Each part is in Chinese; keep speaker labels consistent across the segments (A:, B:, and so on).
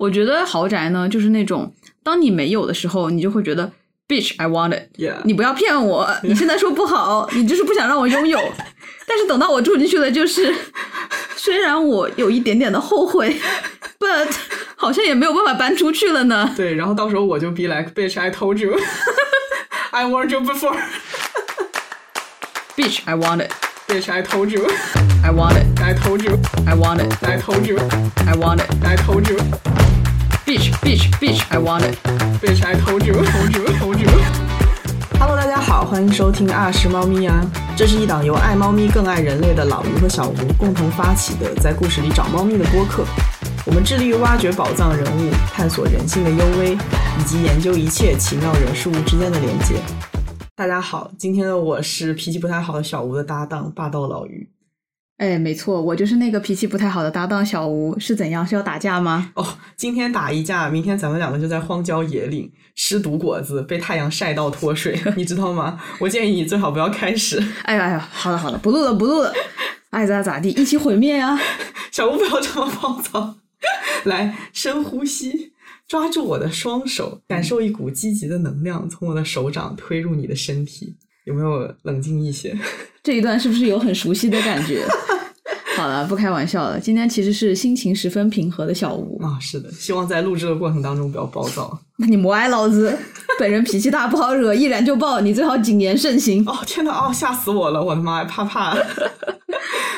A: 我觉得豪宅呢，就是那种当你没有的时候，你就会觉得 bitch I want it，
B: Yeah
A: 你不要骗我，你现在说不好，你就是不想让我拥有。但是等到我住进去了，就是虽然我有一点点的后悔，but 好像也没有办法搬出去了呢。
B: 对，然后到时候我就 be like bitch I told you I warned you before
A: bitch I want it。
B: bitch I told you
A: I want it,
B: I told you
A: I want it,
B: I told you
A: I want it.
B: I told you
A: Bitch, bitch, bitch, I want it.
B: bitch I told you told you told you Hello，大家好，欢迎收听《啊是猫咪呀》，这是一档由爱猫咪更爱人类的老吴和小吴共同发起的在故事里找猫咪的播客。我们致力于挖掘宝藏人物，探索人性的幽微，以及研究一切奇妙人事物之间的连接。大家好，今天的我是脾气不太好的小吴的搭档霸道老于。
A: 哎，没错，我就是那个脾气不太好的搭档小吴，是怎样？是要打架吗？
B: 哦，今天打一架，明天咱们两个就在荒郊野岭吃毒果子，被太阳晒到脱水， 你知道吗？我建议你最好不要开始。
A: 哎呀哎呀，好了好了，不录了不录了，爱咋咋地，一起毁灭啊！
B: 小吴不要这么暴躁， 来深呼吸，抓住我的双手，感受一股积极的能量从我的手掌推入你的身体，有没有冷静一些？
A: 这一段是不是有很熟悉的感觉？好了，不开玩笑了，今天其实是心情十分平和的小吴。
B: 啊、是的，希望在录制的过程当中不要暴躁。
A: 那你默哀老子，本人脾气大不好惹，一燃就爆，你最好谨言慎行。
B: 哦天呐，哦吓死我了，我的妈呀，怕怕。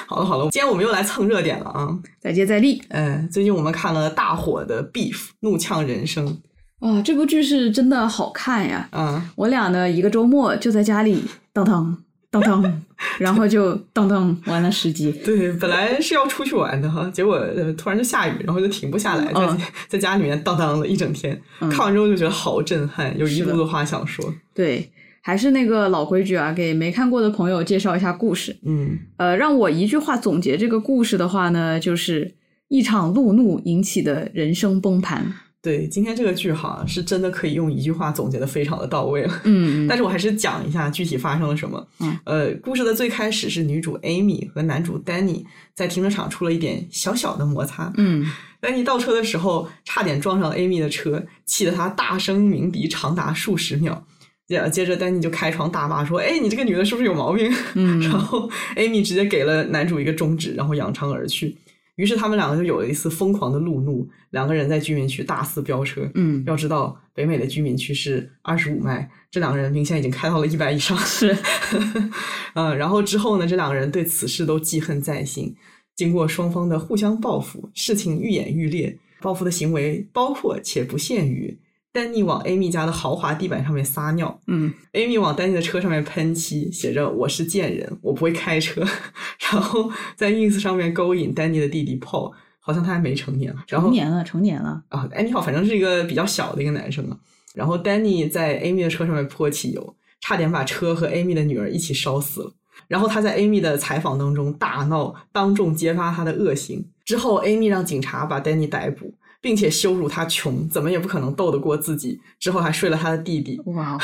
B: 好了好了，今天我们又来蹭热点了啊。
A: 再接再厉
B: 嗯，最近我们看了大火的《Beef》怒呛人生，
A: 啊！这部剧是真的好看呀，
B: 啊、
A: 我俩呢，一个周末就在家里当当当当，然后就当当玩了十集。
B: 对，本来是要出去玩的哈，结果、呃、突然就下雨，然后就停不下来，在、
A: 嗯
B: 在家里面荡荡了一整天。
A: 嗯
B: 看完之后就觉得好震撼，有一
A: 是的
B: 肚子话想说。
A: 对，还是那个老规矩啊，给没看过的朋友介绍一下故事。
B: 嗯，
A: 呃，让我一句话总结这个故事的话呢，就是一场路怒引起的人生崩盘。
B: 对，今天这个剧哈是真的可以用一句话总结的非常的到位了。
A: 嗯，
B: 但是我还是讲一下具体发生了什么。
A: 嗯，
B: 呃，故事的最开始是女主 Amy 和男主 Danny 在停车场出了一点小小的摩擦。
A: 嗯，
B: 丹尼倒车的时候差点撞上 Amy 的车，气得他大声鸣笛长达数十秒。接接着，丹尼就开窗大骂说：“哎，你这个女的是不是有毛病？”
A: 嗯
B: 然后 Amy 直接给了男主一个中指，然后扬长而去。于是他们两个就有了一次疯狂的路怒，两个人在居民区大肆飙车。
A: 嗯，
B: 要知道，北美的居民区是二十五迈，这两个人明显已经开到了一百以上。
A: 是，
B: 嗯，然后之后呢，这两个人对此事都记恨在心。经过双方的互相报复，事情愈演愈烈。报复的行为包括且不限于丹尼往 Amy 家的豪华地板上面撒尿
A: 嗯，
B: ，Amy 往丹尼的车上面喷漆，写着“我是贱人，我不会 开车”，然后在 ins 上面勾引丹尼的弟弟 Paul，好像他还没成年，啊然后
A: 成年了，成年了。
B: 啊，安妮好，反正是一个比较小的一个男生啊。然后丹尼在 Amy 的车上面泼汽油，差点把车和 Amy 的女儿一起烧死了。然后他在 Amy 的采访当中大闹，当众揭发他的恶行。之后，Amy 让警察把丹尼逮捕，并且羞辱他穷，怎么也不可能斗得过自己。之后还睡了他的弟弟。
A: 哇哦，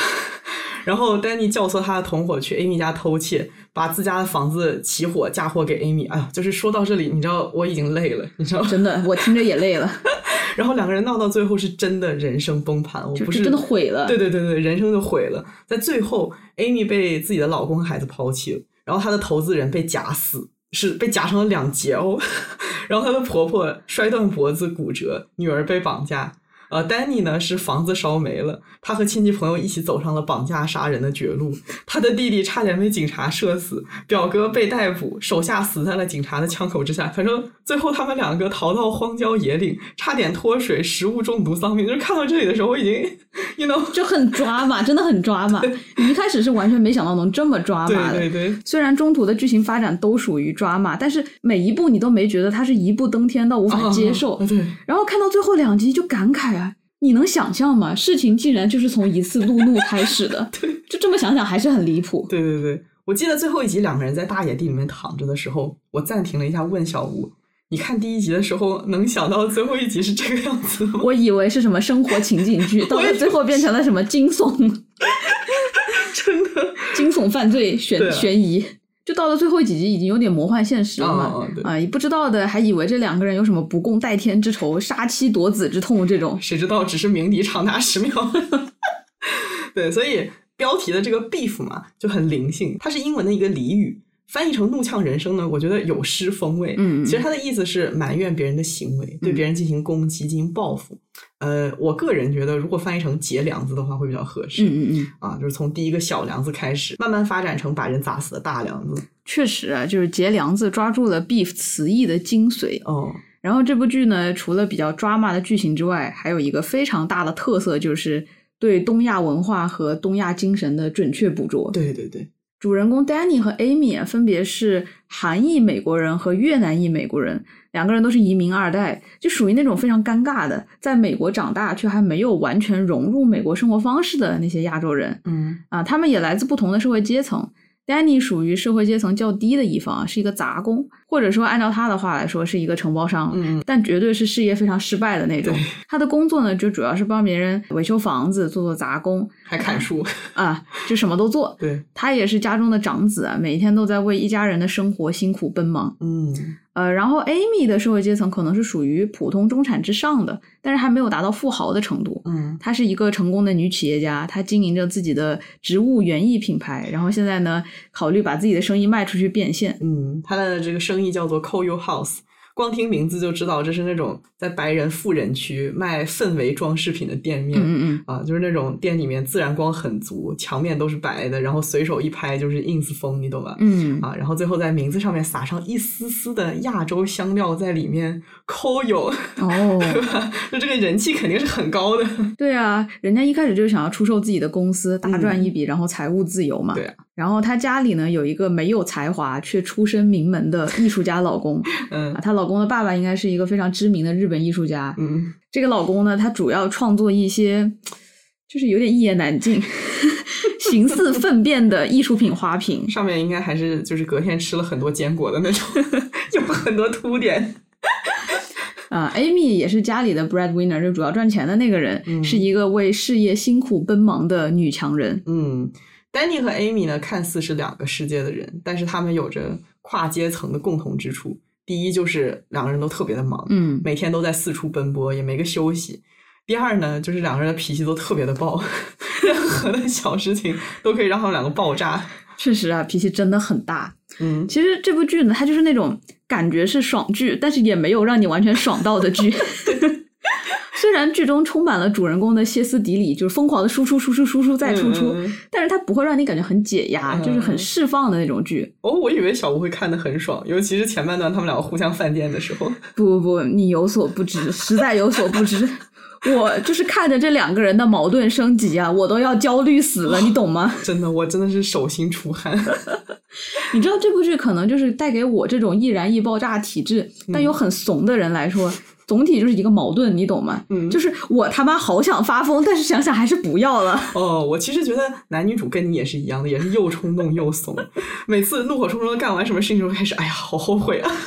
B: 然后丹尼教唆他的同伙去 Amy 家偷窃，把自家的房子起火嫁祸给 Amy。哎呀，就是说到这里，你知道我已经累了，你知道吗？
A: 真的，我听着也累了，
B: 然后两个人闹到最后是真的人生崩盘，我
A: 就
B: 不
A: 就是真的毁了。
B: 对对对对，人生就毁了。在最后，Amy 被自己的老公和孩子抛弃了，然后她的投资人被夹死，是被夹成了两截哦。 然后她的婆婆摔断脖子骨折，女儿被绑架。呃，丹尼呢是房子烧没了，他和亲戚朋友一起走上了绑架杀人的绝路。他的弟弟差点被警察射死，表哥被逮捕，手下死在了警察的枪口之下。反正最后他们两个逃到荒郊野岭，差点脱水，食物中毒丧命。就是看到这里的时候，我已经 ，you know，
A: 就很抓马，真的很抓马。你一开始是完全没想到能这么抓马的，
B: 对对对，
A: 虽然中途的剧情发展都属于抓马，但是每一步你都没觉得它是一步登天到无法接受。
B: 啊对，
A: 然后看到最后两集就感慨啊，你能想象吗？事情竟然就是从一次路怒开始 的，就这么想想还是很离谱。
B: 对对对，我记得最后一集两个人在大野地里面躺着的时候，我暂停了一下，问小吴：“你看第一集的时候，能想到最后一集是这个样子吗
A: 我以为是什么生活情景剧，到了最后变成了什么惊悚、？”
B: 真的，
A: 惊悚犯罪悬
B: 对啊
A: 悬疑。就到了最后几集，已经有点魔幻现实了嘛。
B: 啊，对，
A: 啊，也不知道的还以为这两个人有什么不共戴天之仇、杀妻夺子之痛这种。
B: 谁知道只是鸣笛长达十秒。 对，所以标题的这个 beef 嘛就很灵性，它是英文的一个俚语，翻译成“怒呛人生”呢，我觉得有诗风味。
A: 嗯嗯嗯
B: 其实它的意思是埋怨别人的行为，对别人进行攻击、进行报复。呃，我个人觉得，如果翻译成“结梁子”的话，会比较合适。
A: 嗯嗯嗯，
B: 啊，就是从第一个小梁子开始，慢慢发展成把人砸死的大梁子。
A: 确实啊，就是结梁子抓住了 beef 词义的精髓。
B: 哦，
A: 然后这部剧呢，除了比较抓马的剧情之外，还有一个非常大的特色，就是对东亚文化和东亚精神的准确捕捉。
B: 对对对，
A: 主人公 Danny 和 Amy 啊分别是韩裔美国人和越南裔美国人，两个人都是移民二代，就属于那种非常尴尬的，在美国长大却还没有完全融入美国生活方式的那些亚洲人
B: 嗯
A: 啊。他们也来自不同的社会阶层。Danny 属于社会阶层较低的一方啊，是一个杂工，或者说按照他的话来说，是一个承包商。
B: 嗯嗯，
A: 但绝对是事业非常失败的那种
B: 对。
A: 他的工作呢，就主要是帮别人维修房子、做做杂工
B: 还 砍树，
A: 啊，就什么都做。
B: 对，
A: 他也是家中的长子啊，每天都在为一家人的生活辛苦奔忙。
B: 嗯
A: 呃，然后 Amy 的社会阶层可能是属于普通中产之上的，但是还没有达到富豪的程度。
B: 嗯，
A: 她是一个成功的女企业家，她经营着自己的植物园艺品牌，然后现在呢，考虑把自己的生意卖出去变现。
B: 嗯，他的这个生意叫做 Call You House，光听名字就知道这是那种在白人富人区卖氛围装饰品的店面。
A: 嗯嗯
B: 啊，就是那种店里面自然光很足，墙面都是白的，然后随手一拍就是 ins 风，你懂吧？
A: 嗯嗯，
B: 啊，然后最后在名字上面撒上一丝丝的亚洲香料在里面，抠友，
A: 哦
B: 对。吧？就这个人气肯定是很高的。
A: 对啊，人家一开始就是想要出售自己的公司，大赚一笔，然后财务自由嘛。
B: 嗯对啊
A: 然后她家里呢有一个没有才华却出身名门的艺术家老公
B: 嗯
A: 啊，她老公的爸爸应该是一个非常知名的日本艺术家。
B: 嗯，
A: 这个老公呢，他主要创作一些就是有点一言难尽、 形似粪便的艺术品花瓶。
B: 上面应该还是就是隔天吃了很多坚果的那种， 有很多凸点。
A: 啊、a m y 也是家里的 breadwinner，就主要赚钱的那个人，
B: 嗯
A: 是一个为事业辛苦奔忙的女强人。
B: 嗯，Danny 和 Amy 呢，看似是两个世界的人，但是他们有着跨阶层的共同之处。第一就是两个人都特别的忙，
A: 嗯，
B: 每天都在四处奔波，也没个休息。第二呢，就是两个人的脾气都特别的爆， 任何的小事情都可以让他们两个爆炸。
A: 确实啊，脾气真的很大。
B: 嗯，
A: 其实这部剧呢，它就是那种感觉是爽剧，但是也没有让你完全爽到的剧。 虽然剧中充满了主人公的歇斯底里，就是疯狂的输出、输出、输出再输出，
B: 嗯嗯嗯
A: 但是它不会让你感觉很解压，
B: 嗯
A: 就是很释放的那种剧。
B: 哦，我以为小吴会看得很爽，尤其是前半段他们两个互相犯贱的时候。
A: 不不不，你有所不知，实在有所不知。 我就是看着这两个人的矛盾升级啊，我都要焦虑死
B: 哦
A: 了，你懂吗？
B: 真的，我真的是手心出汗。
A: 你知道这部剧可能就是带给我这种易燃易爆炸体质，但有很怂的人来说，总体就是一个矛盾，你懂吗？
B: 嗯
A: 就是我他妈好想发疯，但是想想还是不要了。
B: 哦，我其实觉得男女主跟你也是一样的，也是又冲动又怂。每次怒火冲冲的干完什么事情之后，开始哎呀，好后悔啊！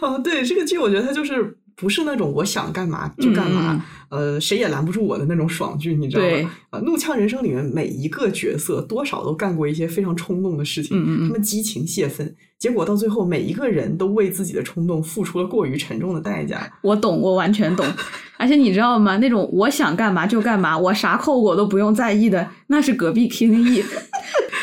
B: 哦，对，这个剧我觉得它就是不是那种我想干嘛就干嘛，呃，谁也拦不住我的那种爽剧，你知
A: 嗯
B: 道
A: 对
B: 吗？啊，《怒呛人生》里面每一个角色多少都干过一些非常冲动的事情，
A: 嗯嗯嗯
B: 他们激情泄愤，结果到最后每一个人都为自己的冲动付出了过于沉重的代价。
A: 我懂，我完全懂。而且你知道吗？那种我想干嘛就干嘛，我啥后果都不用在意的，那是隔壁 King E，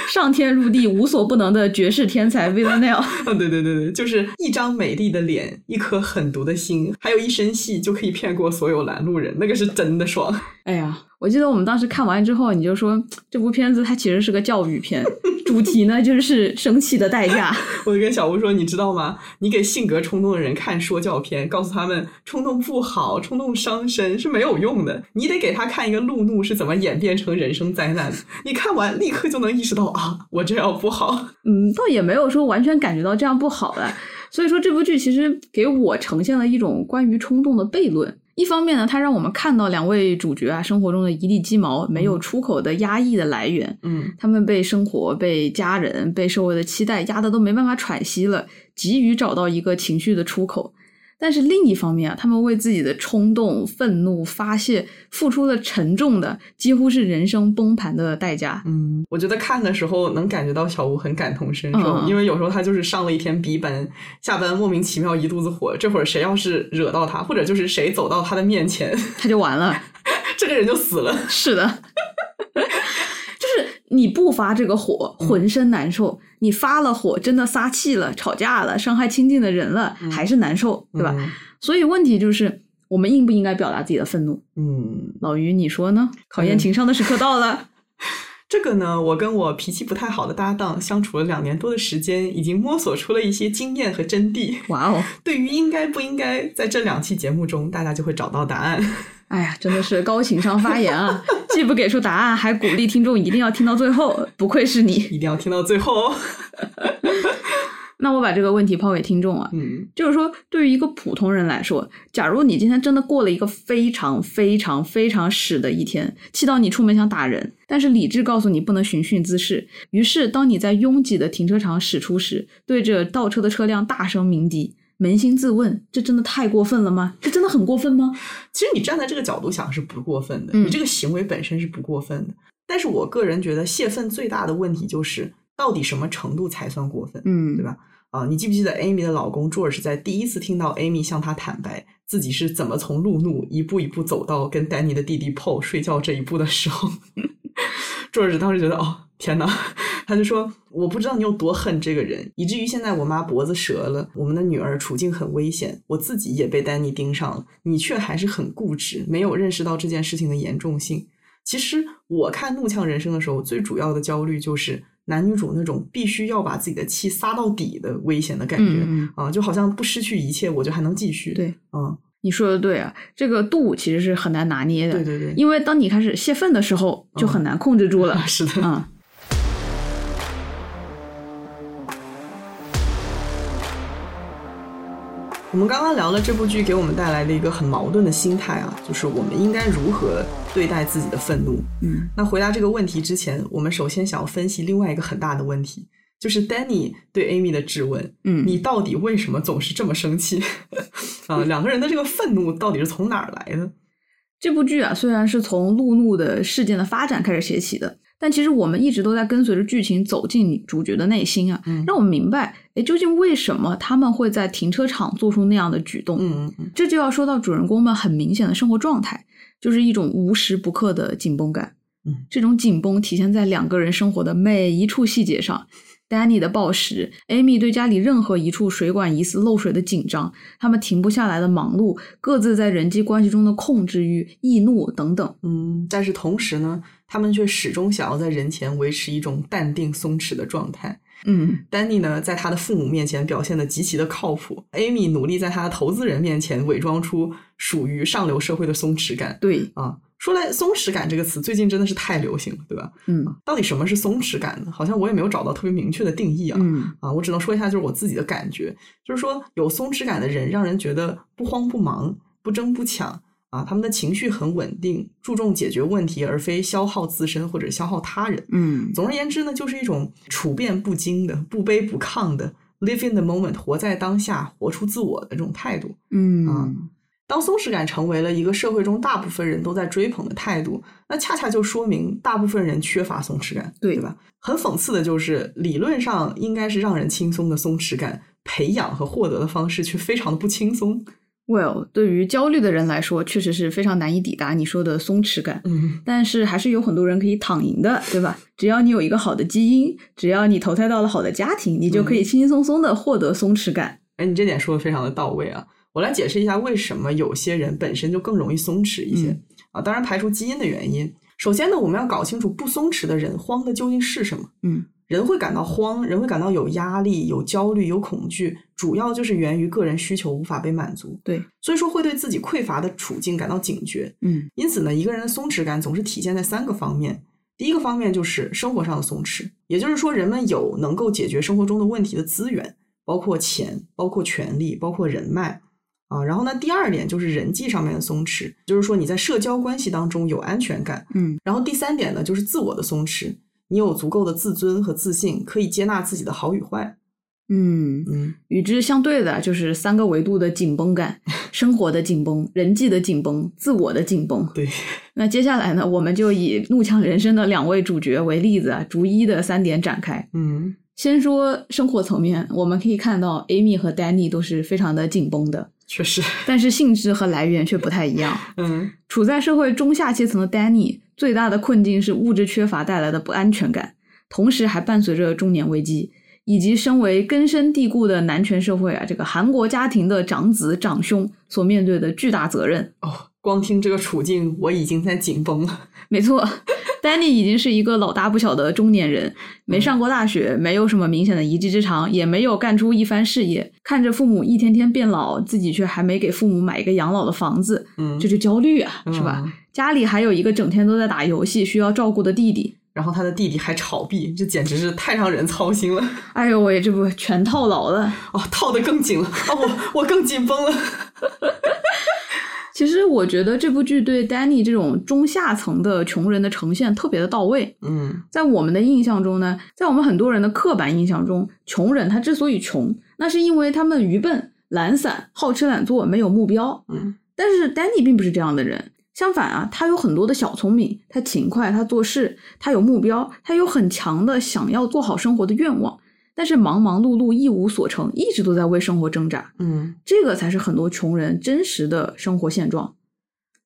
A: 上天入地无所不能的绝世天才 Villanelle。
B: 啊， 对对对对，就是一张美丽的脸，一颗狠毒的心，还有一身戏就可以骗过所有拦路人，那个是真的爽。
A: 哎呀，我记得我们当时看完之后，你就说这部片子它其实是个教育片，主题呢就是生气的代价。
B: 我就跟小吴说，你知道吗？你给性格冲动的人看说教片，告诉他们冲动不好，冲动伤身是没有用的，你得给他看一个路怒是怎么演变成人生灾难的。你看完立刻就能意识到啊，我这样不好。
A: 嗯，倒也没有说完全感觉到这样不好了。所以说这部剧其实给我呈现了一种关于冲动的悖论。一方面呢，它让我们看到两位主角啊生活中的一地鸡毛没有出口的压抑的来源，
B: 嗯
A: 他们被生活、被家人、被社会的期待压得都没办法喘息了，急于找到一个情绪的出口。但是另一方面啊，他们为自己的冲动、愤怒发泄付出了沉重的，几乎是人生崩盘的代价。
B: 嗯，我觉得看的时候能感觉到小吴很感同身受，
A: 嗯
B: 因为有时候他就是上了一天 B 班，下班莫名其妙一肚子火，这会儿谁要是惹到他，或者就是谁走到他的面前，
A: 他就完了。
B: 这个人就死了。
A: 是的， 就是你不发这个火，浑身难受；你发了火，真的撒气了、吵架了、伤害亲近的人了，还是难受，对吧？
B: 嗯
A: 所以问题就是，我们应不应该表达自己的愤怒？
B: 嗯？嗯，
A: 老于，你说呢？考验情商的时刻到了。
B: 这个呢，我跟我脾气不太好的搭档相处了两年多的时间，已经摸索出了一些经验和真谛。
A: 哇哦，
B: 对于应该不应该，在这两期节目中，大家就会找到答案。
A: 哎呀，真的是高情商发言啊！ 既不给出答案，还鼓励听众一定要听到最后。不愧是你。
B: 一定要听到最后哦。
A: 那我把这个问题抛给听众啊，
B: 嗯
A: 就是说，对于一个普通人来说，假如你今天真的过了一个非常非常非常屎的一天，气到你出门想打人，但是理智告诉你不能循序滋事，于是当你在拥挤的停车场驶出时，对着倒车的车辆大声鸣笛，扪心自问，这真的太过分了吗？这真的很过分吗？
B: 其实你站在这个角度想是不过分的，
A: 嗯
B: 你这个行为本身是不过分的。但是我个人觉得泄愤最大的问题就是，到底什么程度才算过分？
A: 嗯，
B: 对吧啊，你记不记得 Amy 的老公 George 在第一次听到 Amy 向他坦白自己是怎么从路怒一步一步走到跟丹尼的弟弟 Paul 睡觉这一步的时候，George 当时觉得哦天哪，他就说我不知道你有多恨这个人，以至于现在我妈脖子折了，我们的女儿处境很危险，我自己也被丹尼盯上了，你却还是很固执，没有认识到这件事情的严重性。其实我看《怒呛人生》的时候，最主要的焦虑就是男女主那种必须要把自己的气撒到底的危险的感觉、
A: 嗯嗯
B: 啊，就好像不失去一切，我就还能继续。，
A: 对，
B: 嗯，
A: 你说的对啊，这个度其实是很难拿捏的，
B: 对对对，
A: 因为当你开始泄愤的时候，就很难控制住了。
B: 啊，是的，
A: 嗯，
B: 我们刚刚聊了这部剧给我们带来的一个很矛盾的心态啊，就是我们应该如何对待自己的愤怒。
A: 嗯，
B: 那回答这个问题之前，我们首先想要分析另外一个很大的问题，就是 Danny 对 Amy 的质问。
A: 嗯
B: 你到底为什么总是这么生气？ 啊，两个人的这个愤怒到底是从哪儿来的？
A: 这部剧啊，虽然是从路怒的事件的发展开始写起的，但其实我们一直都在跟随着剧情走进女主角的内心啊，
B: 嗯
A: 让我们明白，哎，究竟为什么他们会在停车场做出那样的举动？
B: 嗯嗯
A: 这就要说到主人公们很明显的生活状态，就是一种无时不刻的紧绷感。
B: 嗯，
A: 这种紧绷体现在两个人生活的每一处细节上。Danny 的暴食，Amy 对家里任何一处水管疑似漏水的紧张，他们停不下来的忙碌，各自在人际关系中的控制欲、易怒等等。
B: 嗯。但是同时呢，他们却始终想要在人前维持一种淡定松弛的状态。
A: 嗯，
B: 丹尼呢，在他的父母面前表现的极其的靠谱；Amy 努力在他的投资人面前伪装出属于上流社会的松弛感
A: 对，
B: 啊。说来，松弛感这个词最近真的是太流行了，对吧？
A: 嗯
B: 到底什么是松弛感呢？好像我也没有找到特别明确的定义啊。
A: 嗯
B: 啊，我只能说一下，就是我自己的感觉，就是说有松弛感的人，让人觉得不慌不忙、不争不抢啊，他们的情绪很稳定，注重解决问题而非消耗自身或者消耗他人。
A: 嗯，
B: 总而言之呢，就是一种处变不惊的、不卑不亢的 live in the moment，活在当下，活出自我的这种态度。啊
A: 嗯
B: 当松弛感成为了一个社会中大部分人都在追捧的态度，那恰恰就说明大部分人缺乏松弛感，
A: 对
B: 吧？很讽刺的就是，理论上应该是让人轻松的松弛感，培养和获得的方式却非常的不轻松。
A: ，Well，对于焦虑的人来说，确实是非常难以抵达你说的松弛感。
B: 嗯，
A: 但是还是有很多人可以躺赢的，对吧？只要你有一个好的基因，只要你投胎到了好的家庭，你就可以轻轻松松的获得松弛感。
B: 哎，你这点说的非常的到位啊！我来解释一下为什么有些人本身就更容易松弛一些、
A: 嗯
B: 啊，当然排除基因的原因。首先呢，我们要搞清楚不松弛的人慌的究竟是什么。
A: 嗯
B: 人会感到慌，人会感到有压力、有焦虑、有恐惧，主要就是源于个人需求无法被满足，
A: 对，
B: 所以说会对自己匮乏的处境感到警觉。
A: 嗯
B: 因此呢，一个人的松弛感总是体现在三个方面。第一个方面就是生活上的松弛，也就是说，人们有能够解决生活中的问题的资源，包括钱、包括权力、包括人脉啊。然后呢，第二点就是人际上面的松弛，就是说你在社交关系当中有安全感，
A: 嗯
B: 然后第三点呢，就是自我的松弛，你有足够的自尊和自信，可以接纳自己的好与坏。
A: 嗯，
B: 嗯，
A: 与之相对的就是三个维度的紧绷感，生活的紧绷，人际的紧绷，自我的紧绷。
B: 对，
A: 那接下来呢，我们就以《怒呛人生》的两位主角为例子啊，逐一的三点展开。
B: 嗯
A: 先说生活层面，我们可以看到 Amy 和 Danny 都是非常的紧绷的，
B: 确实，
A: 但是性质和来源却不太一样。
B: 嗯
A: 处在社会中下阶层的 Danny 最大的困境是物质缺乏带来的不安全感，同时还伴随着中年危机，以及身为根深蒂固的男权社会啊，这个韩国家庭的长子长兄所面对的巨大责任。
B: 哦，光听这个处境，我已经在紧绷了。
A: 没错，Danny 已经是一个老大不小的中年人，
B: 嗯
A: 没上过大学，没有什么明显的一技之长，也没有干出一番事业，看着父母一天天变老，自己却还没给父母买一个养老的房子，
B: 嗯，
A: 这就焦虑啊，是吧？
B: 嗯
A: 家里还有一个整天都在打游戏需要照顾的弟弟。
B: 然后他的弟弟还炒币，这简直是太让人操心了。
A: 哎呦喂，这不全套牢了。
B: 哦，套的更紧了，哦，我我更紧绷了。
A: 其实我觉得这部剧对 Danny 这种中下层的穷人的呈现特别的到位。
B: 嗯
A: 在我们的印象中呢，在我们很多人的刻板印象中，穷人他之所以穷，那是因为他们愚笨、懒散、好吃懒做、没有目标。
B: 嗯
A: 但是 Danny 并不是这样的人，相反啊，他有很多的小聪明，他勤快，他做事，他有目标，他有很强的想要过好生活的愿望。但是忙忙碌碌，一无所成，一直都在为生活挣扎。
B: 嗯
A: 这个才是很多穷人真实的生活现状。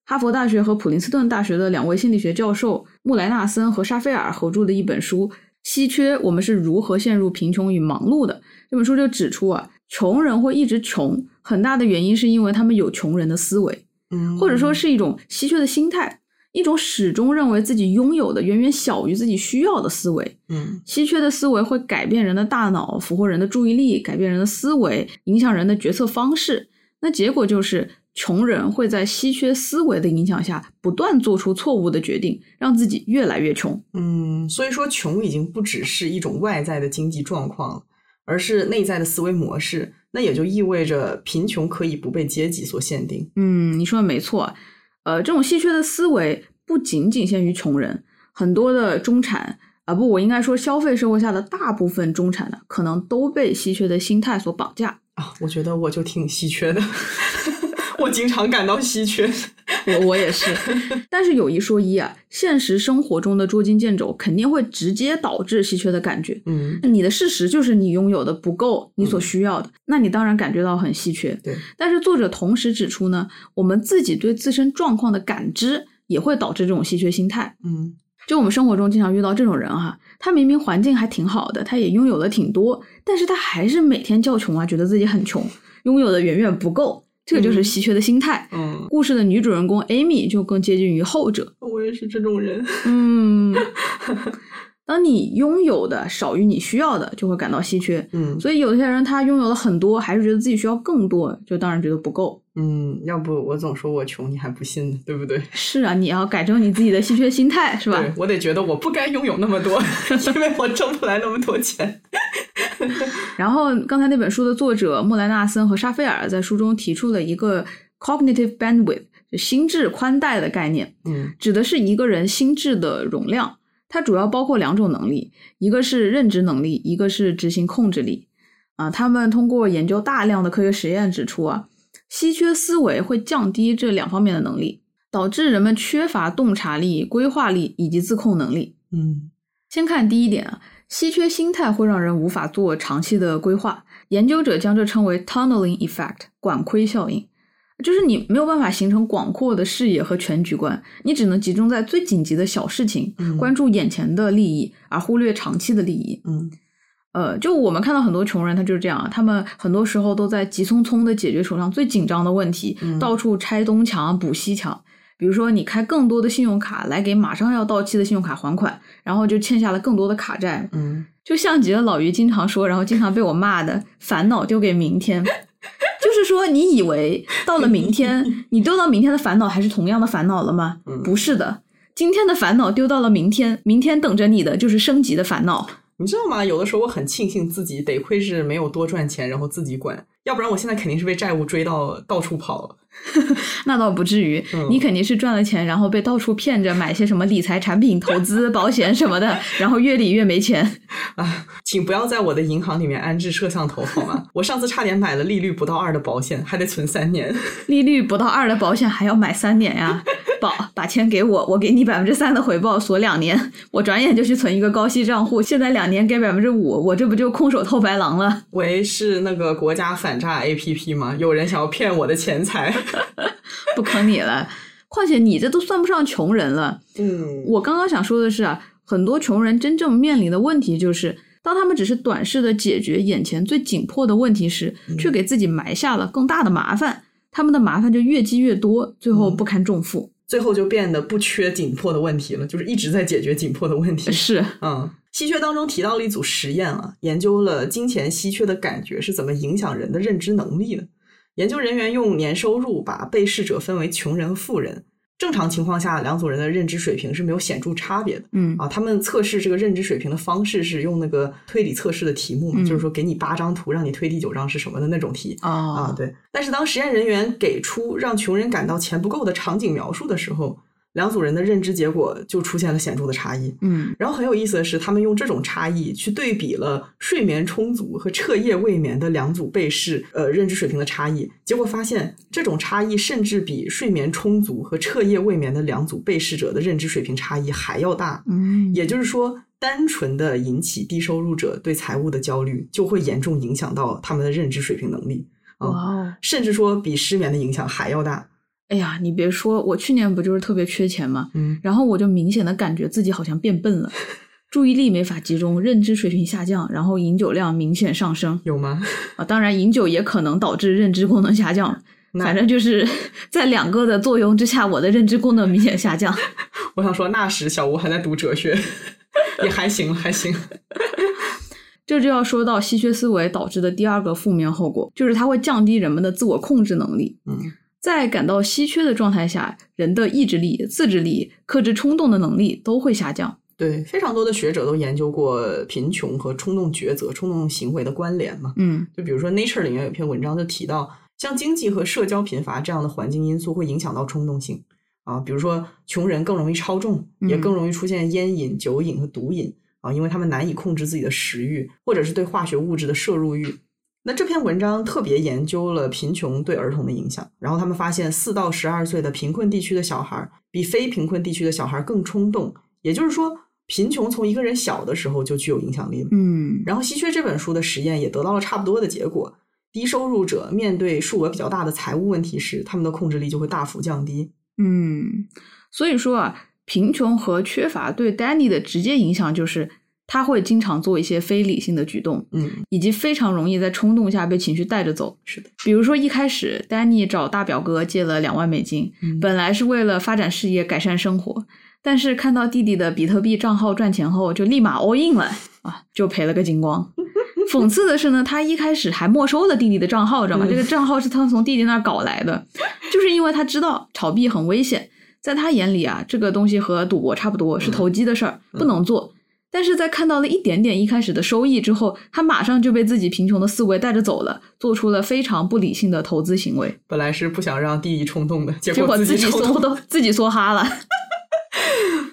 A: 哈佛大学和普林斯顿大学的两位心理学教授穆莱纳森和沙菲尔合著的一本书《稀缺：我们是如何陷入贫穷与忙碌的》这本书就指出啊，穷人会一直穷，很大的原因是因为他们有穷人的思维，
B: 嗯，
A: 或者说是一种稀缺的心态，一种始终认为自己拥有的远远小于自己需要的思维。
B: 嗯
A: 稀缺的思维会改变人的大脑，俘获人的注意力，改变人的思维，影响人的决策方式。那结果就是，穷人会在稀缺思维的影响下，不断做出错误的决定，让自己越来越穷。
B: 嗯，所以说穷已经不只是一种外在的经济状况了，而是内在的思维模式。那也就意味着贫穷可以不被阶级所限定。
A: 嗯，你说的没错。呃，这种稀缺的思维不仅仅限于穷人，很多的中产啊，不，我应该说消费社会下的大部分中产呢，可能都被稀缺的心态所绑架。
B: 啊，我觉得我就挺稀缺的， 我经常感到稀缺。
A: 我我也是， 但是有一说一啊，现实生活中的捉襟见肘肯定会直接导致稀缺的感觉。
B: 嗯，
A: 你的事实就是你拥有的不够你所需要的，那你当然感觉到很稀缺。
B: 对，
A: 但是作者同时指出呢，我们自己对自身状况的感知也会导致这种稀缺心态。
B: 嗯
A: 就我们生活中经常遇到这种人哈、他明明环境还挺好的，他也拥有了挺多，但是他还是每天叫穷啊，觉得自己很穷，拥有的远远不够，这个就是
B: 嗯
A: 稀缺的心态。
B: 嗯，
A: 故事的女主人公 Amy 就更接近于后者。
B: 我也是这种人。
A: 嗯，当你拥有的少于你需要的，就会感到稀缺。
B: 嗯
A: 所以有些人他拥有了很多，还是觉得自己需要更多，就当然觉得不够。
B: 嗯，要不我总说我穷，你还不信呢，对不对？
A: 是啊，你要改正你自己的稀缺心态，是吧？
B: 对我得觉得我不该拥有那么多， 因为我挣不来那么多钱。
A: 然后刚才那本书的作者莫莱纳森和沙菲尔在书中提出了一个 cognitive bandwidth，就心智宽带的概念。
B: 嗯
A: 指的是一个人心智的容量，它主要包括两种能力，一个是认知能力，一个是执行控制力。啊，他们通过研究大量的科学实验指出啊，稀缺思维会降低这两方面的能力，导致人们缺乏洞察力、规划力以及自控能力。
B: 嗯
A: 先看第一点啊，稀缺心态会让人无法做长期的规划。研究者将这称为 tunneling effect（ 管窥效应），就是你没有办法形成广阔的视野和全局观，你只能集中在最紧急的小事情，
B: 嗯
A: 关注眼前的利益，而忽略长期的利益。
B: 嗯
A: 呃，就我们看到很多穷人，他就是这样啊，他们很多时候都在急匆匆的解决手上最紧张的问题，
B: 嗯
A: 到处拆东墙补西墙。比如说，你开更多的信用卡来给马上要到期的信用卡还款，然后就欠下了更多的卡债，
B: 嗯，
A: 就像极了老于经常说，然后经常被我骂的“烦恼丢给明天”，就是说你以为到了明天，你丢到明天的烦恼还是同样的烦恼了吗
B: 嗯？
A: 不是的，今天的烦恼丢到了明天，明天等着你的就是升级的烦恼。
B: 你知道吗？有的时候我很庆幸自己，得亏是没有多赚钱，然后自己管，要不然我现在肯定是被债务追到到处跑了。
A: 那倒不至于
B: 嗯，
A: 你肯定是赚了钱，然后被到处骗着买些什么理财产品、投资、保险什么的，然后越理越没钱。
B: 啊，请不要在我的银行里面安置摄像头好吗？ 我上次差点买了利率不到二的保险，还得存三年。
A: 利率不到二的保险还要买三年呀、宝，把钱给我，我给你百分之三的回报，锁两年。我转眼就去存一个高息账户，现在两年给百分之五，我这不就空手套白狼了？
B: 喂，是那个国家反诈 APP 吗？有人想要骗我的钱财？
A: 不坑你了。况且你这都算不上穷人了。
B: 嗯，
A: 我刚刚想说的是啊，很多穷人真正面临的问题就是，当他们只是短视的解决眼前最紧迫的问题时，却给自己埋下了更大的麻烦，他们的麻烦就越积越多，最后不堪重负。
B: 最后就变得不缺紧迫的问题了，就是一直在解决紧迫的问题。
A: 是，
B: 嗯，稀缺当中提到了一组实验啊，研究了金钱稀缺的感觉是怎么影响人的认知能力的。研究人员用年收入把被试者分为穷人、富人。正常情况下，两组人的认知水平是没有显著差别的。
A: 嗯
B: 啊，他们测试这个认知水平的方式是用那个推理测试的题目嘛，
A: 嗯
B: 就是说给你八张图，让你推第九张是什么的那种题。啊，
A: 哦，
B: 对。但是当实验人员给出让穷人感到钱不够的场景描述的时候，两组人的认知结果就出现了显著的差异。
A: 嗯，
B: 然后很有意思的是，他们用这种差异去对比了睡眠充足和彻夜未眠的两组被试，呃，认知水平的差异，结果发现这种差异甚至比睡眠充足和彻夜未眠的两组被试者的认知水平差异还要大。
A: 嗯，
B: 也就是说，单纯的引起低收入者对财务的焦虑，就会严重影响到他们的认知水平能力，啊
A: 哇哦，
B: 甚至说比失眠的影响还要大。
A: 哎呀，你别说，我去年不就是特别缺钱吗？
B: 嗯，
A: 然后我就明显的感觉自己好像变笨了，注意力没法集中，认知水平下降，然后饮酒量明显上升。
B: 有吗？
A: 啊，当然饮酒也可能导致认知功能下降。
B: 那
A: 反正就是 在两个的作用之下，我的认知功能明显下降。
B: 我想说，那时小吴还在读哲学， 也还行，还行。
A: 这就要说到稀缺思维导致的第二个负面后果，就是它会降低人们的自我控制能力。
B: 嗯，
A: 在感到稀缺的状态下，人的意志力、自制力、克制冲动的能力都会下降。
B: 对，非常多的学者都研究过贫穷和冲动抉择、冲动行为的关联嘛。
A: 嗯
B: 就比如说《Nature》里面有一篇文章就提到，像经济和社交贫乏这样的环境因素会影响到冲动性啊，比如说穷人更容易超重，也
A: 嗯
B: 更容易出现烟瘾、酒瘾和毒瘾啊，因为他们难以控制自己的食欲，或者是对化学物质的摄入欲。那这篇文章特别研究了贫穷对儿童的影响，然后他们发现，四到十二岁的贫困地区的小孩儿比非贫困地区的小孩儿更冲动，也就是说，贫穷从一个人小的时候就具有影响力了。
A: 嗯
B: 然后《稀缺》这本书的实验也得到了差不多的结果。低收入者面对数额比较大的财务问题时，他们的控制力就会大幅降低。
A: 嗯，所以说啊，贫穷和缺乏对 Danny 的直接影响就是，他会经常做一些非理性的举动。
B: 嗯，
A: 以及非常容易在冲动下被情绪带着走。
B: 是的，
A: 比如说一开始，丹尼找大表哥借了两万美金，
B: 嗯
A: 本来是为了发展事业、改善生活，但是看到弟弟的比特币账号赚钱后，就立马 all in 了啊，就赔了个精 光。讽刺的是呢，他一开始还没收了弟弟的账号，知道吗？
B: 嗯
A: 这个账号是他从弟弟那儿搞来 的，就是因为他知道炒币很危险，在他眼里啊，这个东西和赌博差不多，是
B: 嗯
A: 投机的事儿，不能做。但是在看到了一点点一开始的收益之后，他马上就被自己贫穷的思维带着走了，做出了非常不理性的投资行为，
B: 本来是不想让弟弟冲动的，结
A: 结果
B: 自
A: 自己
B: 冲
A: 梭
B: 动。
A: 都自己梭哈了。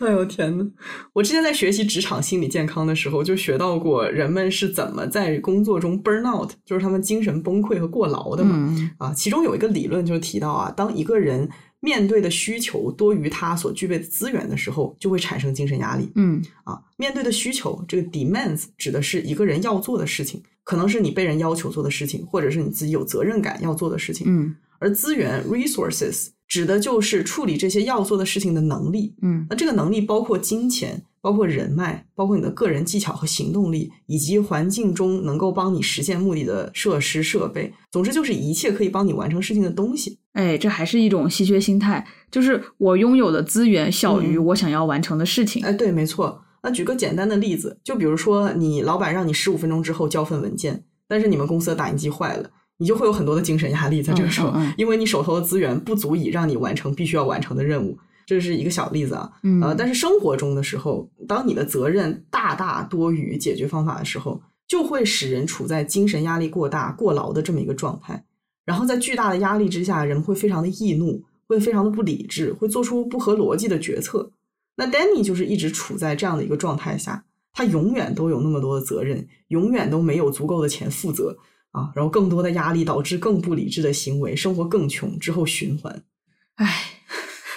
B: 哎呦天呐，我之前在学习职场心理健康的时候，就学到过人们是怎么在工作中 burn out，就是他们精神崩溃和过劳的嘛。
A: 嗯
B: 啊，其中有一个理论就提到啊，当一个人面对的需求多于他所具备的资源的时候，就会产生精神压力。
A: 嗯
B: 啊，面对的需求，这个 demands 指的是一个人要做的事情，可能是你被人要求做的事情，或者是你自己有责任感要做的事情。
A: 嗯
B: 而资源 resources 指的就是处理这些要做的事情的能力。
A: 嗯
B: 那这个能力包括金钱，包括人脉，包括你的个人技巧和行动力，以及环境中能够帮你实现目的的设施设备。总之，就是一切可以帮你完成事情的东西。
A: 哎，这还是一种稀缺心态，就是我拥有的资源小于
B: 嗯
A: 我想要完成的事情。
B: 哎，对，没错。那举个简单的例子，就比如说你老板让你十五分钟之后交份文件，但是你们公司的打印机坏了，你就会有很多的精神压力在这个时候，
A: 嗯嗯嗯
B: 因为你手头的资源不足以让你完成必须要完成的任务。这是一个小例子啊，
A: 嗯
B: 呃，但是生活中的时候，当你的责任大大多于解决方法的时候，就会使人处在精神压力过大、过劳的这么一个状态。然后在巨大的压力之下，人会非常的易怒，会非常的不理智，会做出不合逻辑的决策。那 Danny 就是一直处在这样的一个状态下，她永远都有那么多的责任，永远都没有足够的钱负责啊，然后更多的压力导致更不理智的行为，生活更穷，之后循环。
A: 唉，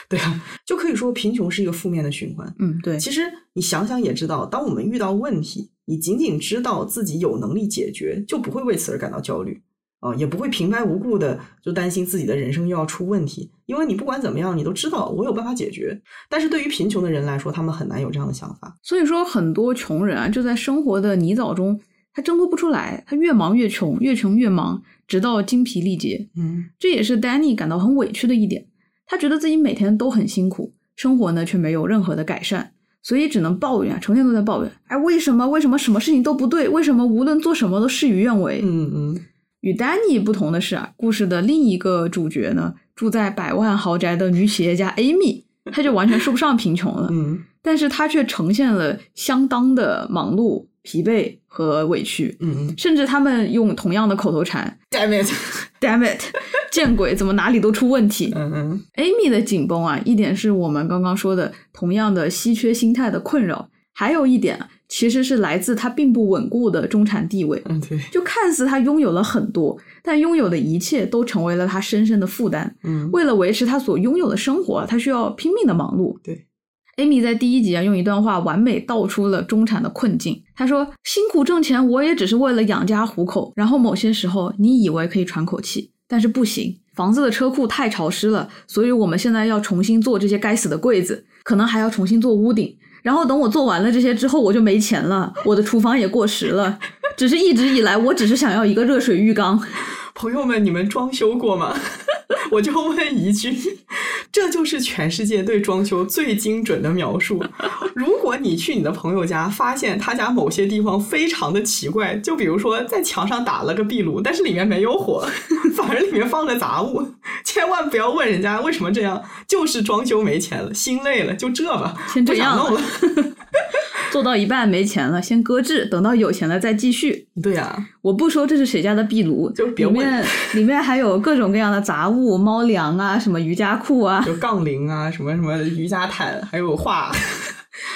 B: 对啊，就可以说贫穷是一个负面的循环。
A: 嗯，对，
B: 其实你想想也知道，当我们遇到问题，你仅仅知道自己有能力解决，就不会为此而感到焦虑啊、也不会平白无故的就担心自己的人生又要出问题，因为你不管怎么样，你都知道我有办法解决。但是对于贫穷的人来说，他们很难有这样的想法。
A: 所以说很多穷人啊，就在生活的泥沼中，他挣脱不出来，他越忙越穷，越穷越忙，直到精疲力竭。
B: 嗯，
A: 这也是丹尼感到很委屈的一点，他觉得自己每天都很辛苦，生活呢却没有任何的改善，所以只能抱怨啊，成天都在抱怨。哎，为什么？为什么什么事情都不对？为什么无论做什么都事与愿违？
B: 嗯嗯
A: 与丹尼不同的是啊，故事的另一个主角呢，住在百万豪宅的女企业家 Amy，她就完全说不上贫穷了，
B: 嗯
A: 但是她却呈现了相当的忙碌、疲惫和委屈，
B: 嗯嗯
A: 甚至他们用同样的口头禅
B: ，damn it，
A: “damn it”，见鬼，怎么哪里都出问题？
B: 嗯嗯
A: Amy 的紧绷啊，一点是我们刚刚说的同样的稀缺心态的困扰，还有一点啊其实是来自她并不稳固的中产地位。
B: 嗯，对，
A: 就看似她拥有了很多，但拥有的一切都成为了她深深的负担。
B: 嗯
A: 为了维持她所拥有的生活，她需要拼命的忙碌。
B: 对
A: ，Amy 在第一集啊，用一段话完美道出了中产的困境。她说：“辛苦挣钱，我也只是为了养家糊口。然后某些时候，你以为可以喘口气，但是不行。房子的车库太潮湿了，所以我们现在要重新做这些该死的柜子，可能还要重新做屋顶。”然后等我做完了这些之后，我就没钱了，我的厨房也过时了。只是一直以来，我只是想要一个热水浴缸。
B: 朋友们，你们装修过吗？ 我就问一句，这就是全世界对装修最精准的描述。如果你去你的朋友家，发现他家某些地方非常的奇怪，就比如说在墙上打了个壁炉，但是里面没有火， 反而里面放着杂物，千万不要问人家为什么这样，就是装修没钱了，心累了，就这吧，
A: 先这样啊
B: 不想弄了。
A: 做到一半没钱了，先搁置，等到有钱了再继续。
B: 对呀、
A: 我不说这是谁家的壁炉，
B: 就别
A: 里
B: 问
A: 面里面还有各种各样的杂物，猫粮啊，什么瑜伽裤啊。
B: 有杠铃啊，什么什么瑜伽毯，还有画。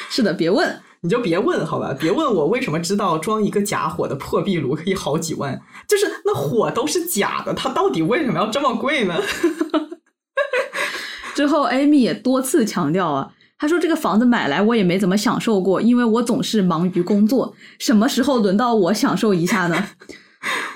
A: 是的，别问。
B: 你就别问好吧，别问我为什么知道装一个假火的破壁炉可以好几万，就是那火都是假的，它到底为什么要这么贵呢？
A: 之后，Amy 也多次强调啊，她说这个房子买来我也没怎么享受过，因为我总是忙于工作，什么时候轮到我享受一下呢？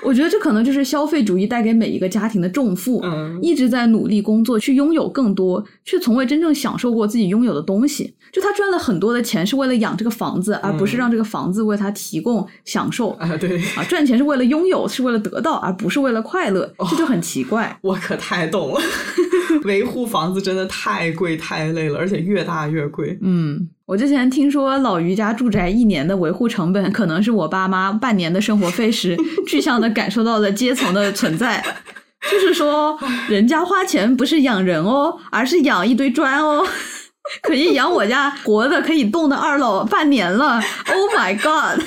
A: 我觉得这可能就是消费主义带给每一个家庭的重负。
B: 嗯
A: 一直在努力工作去拥有更多，却从未真正享受过自己拥有的东西。就他赚了很多的钱是为了养这个房子，而不是让这个房子为他提供享受。
B: 啊，对
A: 啊，赚钱是为了拥有，是为了得到，而不是为了快乐，这就很奇怪。
B: 我可太懂了， 维护房子真的太贵太累了，而且越大越贵。
A: 嗯，我之前听说老于家住宅一年的维护成本，可能是我爸妈半年的生活费时，具象的感受到了阶层的存在。 就是说，人家花钱不是养人哦，而是养一堆砖哦。 可以养我家活的可以动的二楼半年了，Oh my god！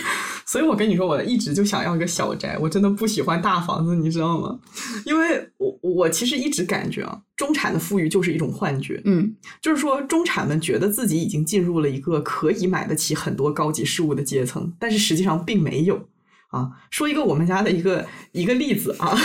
B: 所以我跟你说，我一直就想要一个小宅，我真的不喜欢大房子，你知道吗？因为我我其实一直感觉啊，中产的富裕就是一种幻觉，
A: 嗯，
B: 就是说，中产们觉得自己已经进入了一个可以买得起很多高级事物的阶层，但是实际上并没有啊。说一个我们家的一个一个例子啊，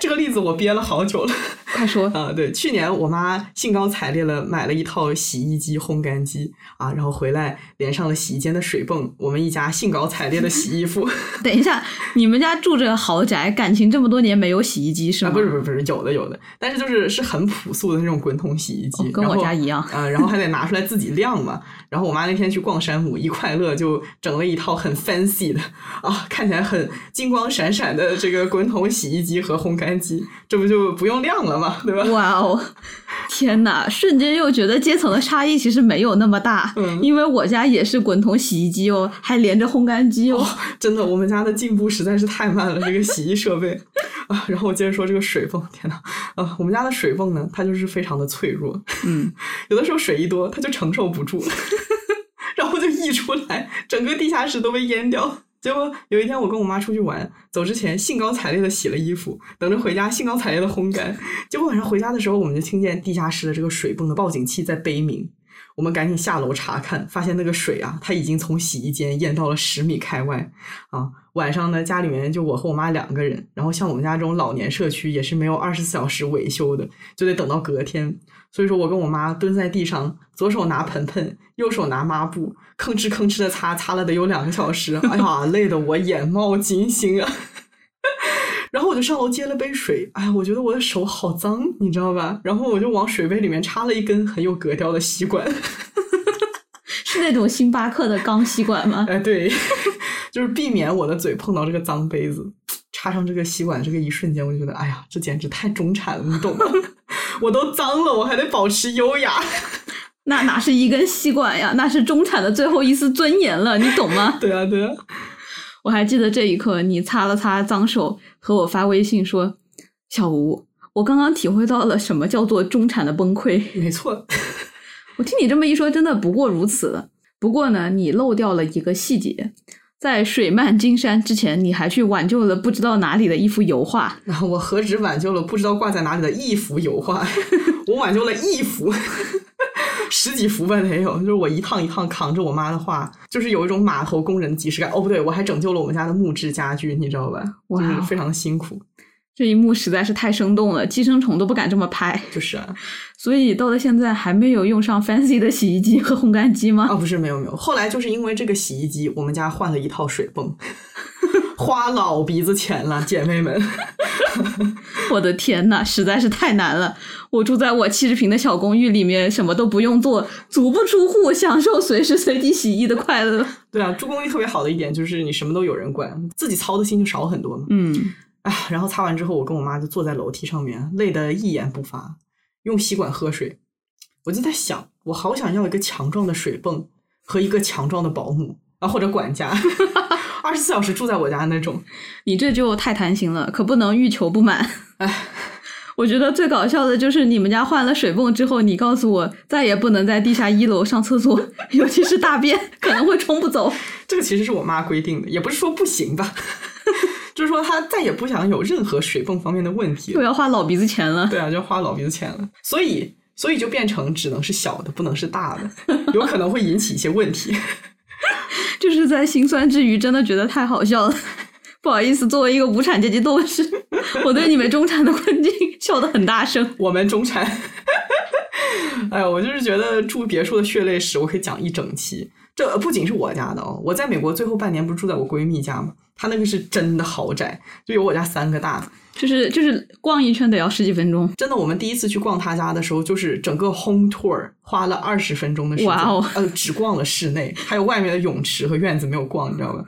B: 这个例子我憋了好久了
A: 快说，
B: 啊。对，去年我妈兴高采烈的买了一套洗衣机、烘干机啊，然后回来连上了洗衣间的水泵，我们一家兴高采烈的洗 衣服。
A: 等一下，你们家住着豪宅，感情这么多年没有洗衣机是
B: 啊，
A: 吗？
B: 不是不是不是，有的有的，但是就是是很朴素的那种滚筒洗衣机，
A: 哦跟我
B: 然后
A: 家一样
B: 啊、然后还得拿出来自己晾嘛。然后我妈那天去逛山姆，一快乐就整了一套很 fancy 的啊，看起来很金光闪闪的这个滚筒洗衣机和烘干机，这不就不用晾了嘛，对吧？
A: 哇哦，天哪！瞬间又觉得阶层的差异其实没有那么大，
B: 嗯
A: 因为我家也是滚筒洗衣机哦，还连着烘干机哦。
B: 真的，我们家的进步实在是太慢了，这个洗衣设备 啊。然后我接着说这个水泵，天呐，啊，我们家的水泵呢，它就是非常的脆弱，
A: 嗯，
B: 有的时候水一多，它就承受不住， 然后就溢出来，整个地下室都被淹掉。结果有一天，我跟我妈出去玩，走之前兴高采烈的洗了衣服，等着回家兴高采烈的烘干。结果晚上回家的时候，我们就听见地下室的这个水泵的报警器在悲鸣，我们赶紧下楼查看，发现那个水啊，它已经从洗衣间淹到了十米开外啊。晚上呢，家里面就我和我妈两个人，然后像我们家这种老年社区也是没有二十四小时维修的，就得等到隔天。所以说我跟我妈蹲在地上，左手拿盆盆，右手拿抹布，吭哧吭哧的擦，擦了得有两个小时，哎呀，累得我眼冒金星啊。 然后我就上楼接了杯水，哎，我觉得我的手好脏，你知道吧？然后我就往水杯里面插了一根很有格调的吸管，
A: 是那种星巴克的钢吸管吗？
B: 哎，对， 就是避免我的嘴碰到这个脏杯子。插上这个吸管，这个一瞬间，我就觉得，哎呀，这简直太中产了，你懂吗？ 我都脏了，我还得保持优雅。
A: 那哪是一根吸管呀？那是中产的最后一丝尊严了，你懂 吗？
B: 对啊，对啊。
A: 我还记得这一刻，你擦了擦脏手，和我发微信说：“小吴，我刚刚体会到了什么叫做中产的崩溃。
B: 没错，”
A: 我听你这么一说，真的不过如此了。不过呢，你漏掉了一个细节，在水漫金山之前，你还去挽救了不知道哪里的一幅油画。
B: 然后我何止挽救了不知道挂在哪里的一幅油画， 我挽救了一幅， 十几幅吧得有。就是我一趟一趟扛着我妈的画，就是有一种码头工人的即视感。哦，不对，我还拯救了我们家的木质家具，你知道吧？就
A: 哇
B: 是非常辛苦。
A: 这一幕实在是太生动了，寄生虫都不敢这么拍。
B: 就是啊，
A: 所以到了现在，还没有用上 fancy 的洗衣机和烘干机吗？
B: 啊不是没有没有。后来就是因为这个洗衣机，我们家换了一套水泵， 花老鼻子钱了，姐妹们。
A: 我的天呐，实在是太难了！我住在我七十平的小公寓里面，什么都不用做，足不出户，享受随时随地洗衣的快乐。
B: 对啊，住公寓特别好的一点就是你什么都有人管，自己操的心就少很多嘛。
A: 嗯，
B: 啊，然后擦完之后，我跟我妈就坐在楼梯上面，累得一言不发，用吸管喝水。我就在想，我好想要一个强壮的水泵和一个强壮的保姆啊，或者管家，二十四小时住在我家那种。
A: 你这就太贪心了，可不能欲求不满。
B: 唉，
A: 我觉得最搞笑的就是你们家换了水泵之后，你告诉我再也不能在地下一楼上厕所， 尤其是大便可能会冲不走。
B: 这个其实是我妈规定的，也不是说不行吧， 就是说她再也不想有任何水泵方面的问题了
A: 又。要花老鼻子钱了。
B: 对啊，就花老鼻子钱了，所以所以就变成只能是小的，不能是大的，有可能会引起一些问题。
A: 就是在心酸之余，真的觉得太好笑了。 不好意思，作为一个无产阶级斗士， 我对你们中产的困境 笑得很大声。
B: 我们中产，哎呀，我就是觉得住别墅的血泪史，我可以讲一整期。这呃不仅是我家的哦，我在美国最后半年不是住在我闺蜜家吗？她那个是真的豪宅，就有我家三个大，
A: 就是就是逛一圈得要十几分钟，
B: 真的，我们第一次去逛他家的时候，就是整个 home tour 花了二十分钟的时间，
A: 哇哦
B: 呃，只逛了室内，还有外面的泳池和院子没有逛，你知道吗？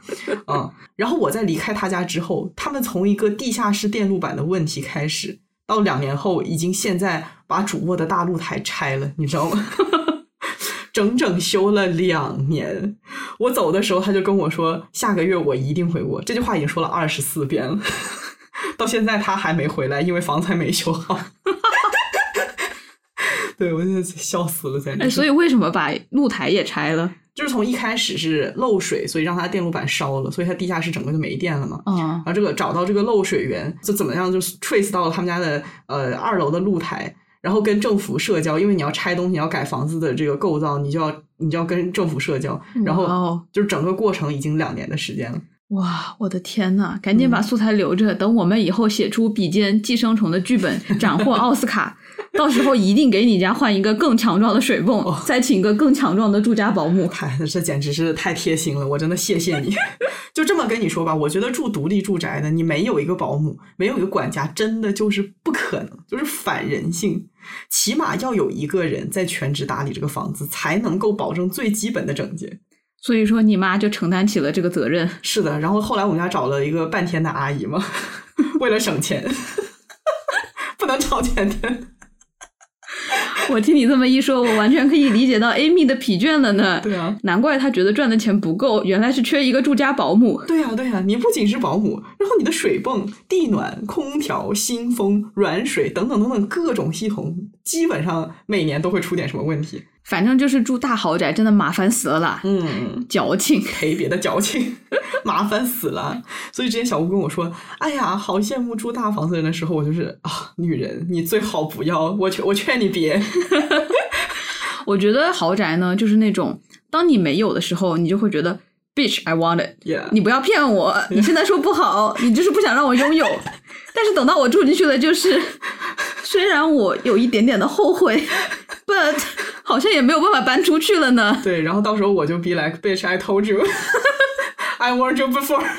B: 嗯，然后我在离开他家之后，他们从一个地下室电路板的问题开始，到两年后已经现在把主卧的大露台拆了，你知道吗？ 整整修了两年，我走的时候他就跟我说：“下个月我一定回国。”这句话已经说了二十四遍了， 到现在他还没回来，因为房子还没修好。 对，我就笑死了，简直
A: 哎，
B: 是。
A: 所以为什么把露台也拆了？
B: 就是从一开始是漏水，所以让它电路板烧了，所以它地下室整个就没电了嘛。
A: 啊、
B: 然后这个找到这个漏水源，就怎么样就 trace 到了他们家的呃二楼的露台，然后跟政府社交，因为你要拆东西，你要改房子的这个构造，你就要你就要跟政府社交，然
A: 哇
B: 后
A: 哦
B: 就是整个过程已经两年的时间了。
A: 哇，我的天呐！赶紧把
B: 嗯
A: 素材留着，等我们以后写出比肩寄生虫的剧本，斩获奥斯卡，到时候一定给你家换一个更强壮的水泵，
B: 哦
A: 再请一个更强壮的住家保姆。
B: 哎，这简直是太贴心了，我真的谢谢你。 就这么跟你说吧，我觉得住独立住宅的，你没有一个保姆，没有一个管家，真的就是不可能，就是反人性。起码要有一个人在全职打理这个房子，才能够保证最基本的整洁。
A: 所以说，你妈就承担起了这个责任。
B: 是的，然后后来我们家找了一个半天的阿姨嘛，为了省钱， 不能找全天。
A: 我听你这么一说，我完全可以理解到 Amy 的疲倦了呢。
B: 对啊。
A: 难怪她觉得赚的钱不够，原来是缺一个住家保姆。
B: 对呀、啊对呀、你不仅是保姆，然后你的水泵、地暖、空调、新风、软水等等等等各种系统，基本上每年都会出点什么问题。
A: 反正就是住大豪宅，真的麻烦死了啦，
B: 嗯，
A: 矫情。
B: 赔别的矫情， 麻烦死了。所以之前小吴跟我说：“哎呀，好羡慕住大房子的人”的时候，我就是啊，女人，你最好不要，我劝我劝你别。
A: 我觉得豪宅呢，就是那种当你没有的时候，你就会觉得 bitch I want it，
B: Yeah，
A: 你不要骗我，你现在说不好，你就是不想让我拥有。但是等到我住进去了，就是 虽然我有一点点的后悔，but 好像也没有办法搬出去了呢。
B: 对，然后到时候我就 be like bitch I told you I warned you before 。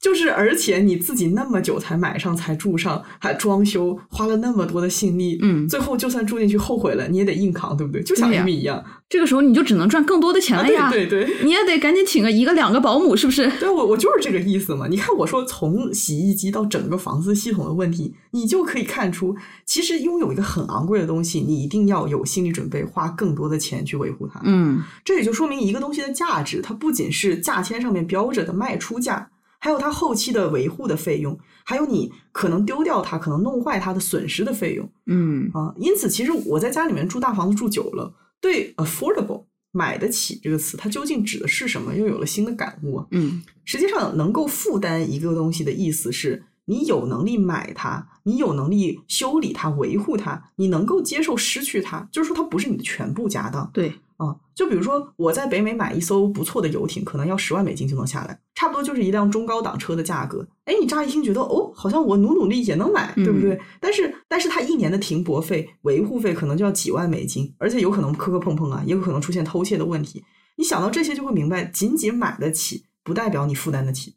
B: 就是，而且你自己那么久才买上、才住上，还装修，花了那么多的心力，
A: 嗯
B: 最后就算住进去后悔了，你也得硬扛，对不对？就像
A: 对呀
B: Amy 一样，
A: 这个时候你就只能赚更多的钱
B: 啊，
A: 了呀，
B: 对对对，
A: 你也得赶紧请个一个两个保姆，是不是？
B: 对我我就是这个意思嘛。你看我说从洗衣机到整个房子系统的问题，你就可以看出，其实拥有一个很昂贵的东西，你一定要有心理准备，花更多的钱去维护它。
A: 嗯，
B: 这也就说明一个东西的价值，它不仅是价签上面标着的卖出价，还有它后期的维护的费用，还有你可能丢掉它、可能弄坏它的损失的费用
A: 嗯，
B: 啊。因此，其实我在家里面住大房子住久了，对 affordable 买得起这个词，它究竟指的是什么，又有了新的感悟啊。
A: 嗯，
B: 实际上，能够负担一个东西的意思是你有能力买它，你有能力修理它、维护它，你能够接受失去它，就是说它不是你的全部家当。
A: 对，
B: 啊、就比如说我在北美买一艘不错的游艇，可能要十万美金就能下来，差不多就是一辆中高档车的价格。哎，你乍一听觉得哦，好像我努努力也能买，对不对？但是，但是它一年的停泊费、维护费可能就要几万美金，而且有可能磕磕碰碰啊，也有可能出现偷窃的问题。你想到这些，就会明白，仅仅买得起，不代表你负担得起。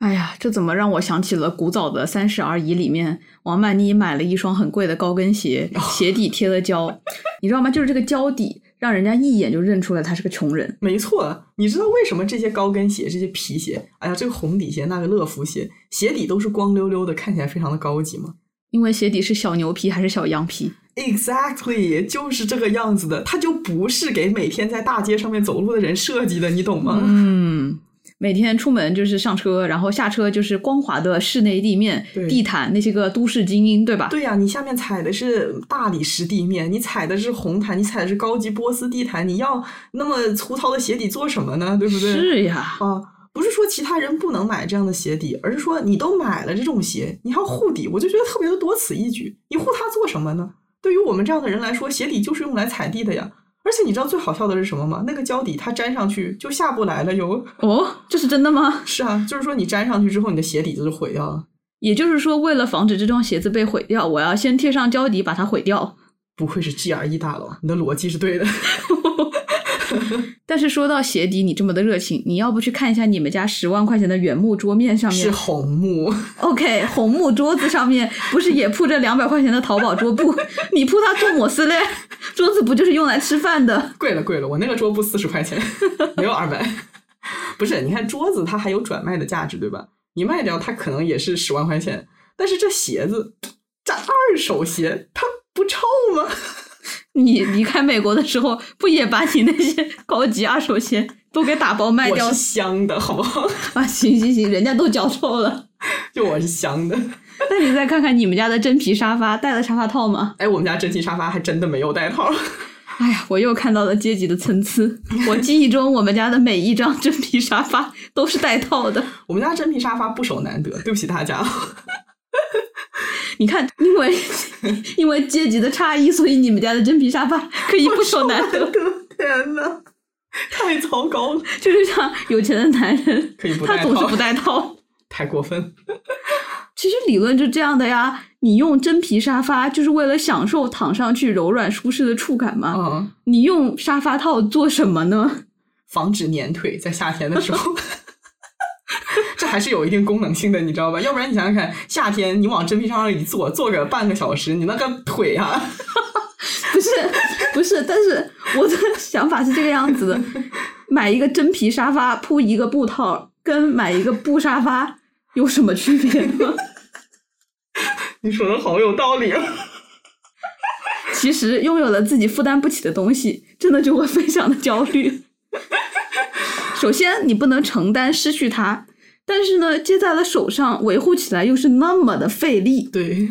A: 哎呀，这怎么让我想起了古早的《三十而已》里面，王曼妮买了一双很贵的高跟鞋，鞋底贴了胶， 你知道吗？就是这个胶底，让人家一眼就认出来他是个穷人。
B: 没错，你知道为什么这些高跟鞋、这些皮鞋，哎呀，这个红底鞋、那个乐福鞋，鞋底都是光溜溜的，看起来非常的高级吗？
A: 因为鞋底是小牛皮还是小羊皮？
B: Exactly，就是这个样子的，它就不是给每天在大街上面走路的人设计的，你懂吗？
A: 嗯，每天出门就是上车，然后下车就是光滑的室内地面、
B: 对
A: 地毯，那些个都市精英，对吧？
B: 对呀、你下面踩的是大理石地面，你踩的是红毯，你踩的是高级波斯地毯，你要那么粗糙的鞋底做什么呢？对不对？
A: 是呀，
B: 啊，不是说其他人不能买这样的鞋底，而是说你都买了这种鞋，你还要护底，我就觉得特别的多此一举。你护它做什么呢？对于我们这样的人来说，鞋底就是用来踩地的呀。而且你知道最好笑的是什么吗？那个胶底它粘上去就下不来了哟。
A: 哦，这是真的吗？
B: 是啊，就是说你粘上去之后，你的鞋底子就毁掉了。
A: 也就是说，为了防止这双鞋子被毁掉，我要先贴上胶底把它毁掉。
B: 不愧是 GRE 大佬，你的逻辑是对的。
A: 但是说到鞋底，你这么的热情，你要不去看一下你们家十万块钱的原木桌面上
B: 是
A: 面
B: 红木，
A: ？OK，红木桌子上面不是也铺着两百块钱的淘宝桌布？ 你铺它做抹丝嘞？ 桌子不就是用来吃饭的？
B: 贵了贵了，我那个桌布四十块钱， 没有二百。 不是，你看桌子它还有转卖的价值，对吧？你卖掉它可能也是十万块钱，但是这鞋子，这二手鞋它不臭吗？
A: 你离开美国的时候，不也把你那些 高级二手鞋都给打包卖
B: 我
A: 掉
B: 是香的，好不好？
A: 啊？ 行行行，人家都脚臭了。
B: 就我是香的。
A: 那你再看看你们家的真皮沙发，带了沙发套吗？
B: 哎，我们家真皮沙发还真的没有带套。
A: 哎呀，我又看到了阶级的参差。我记忆中，我们家的每一张真皮沙发都是带套的。
B: 我们家真皮沙发不守难得，对不起大家。
A: 你看，因为 因为阶级的差异，所以你们家的真皮沙发 可以不守难得，
B: 天呐，太糟糕了，
A: 就是像有钱的男人，
B: 可以不
A: 他
B: 带
A: 总是
B: 套
A: 不，带套。
B: 太过分。
A: 其实理论就这样的呀，你用真皮沙发就是为了享受躺上去柔软舒适的触感嘛。
B: 嗯，
A: 你用沙发套做什么呢？
B: 防止粘腿，在夏天的时候。 这还是有一定功能性的，你知道吧？要不然你想想看，夏天你往真皮沙发上一坐，坐个半个小时，你那个腿啊，
A: 不是，不是，但是我的想法是这个样子的：买一个真皮沙发铺一个布套，跟买一个布沙发有什么区别呢？
B: 你说的好有道理啊。
A: 其实拥有了自己负担不起的东西，真的就会非常的焦虑。 首先，你不能承担失去它，但是呢，接在了手上，维护起来又是那么的费力。
B: 对，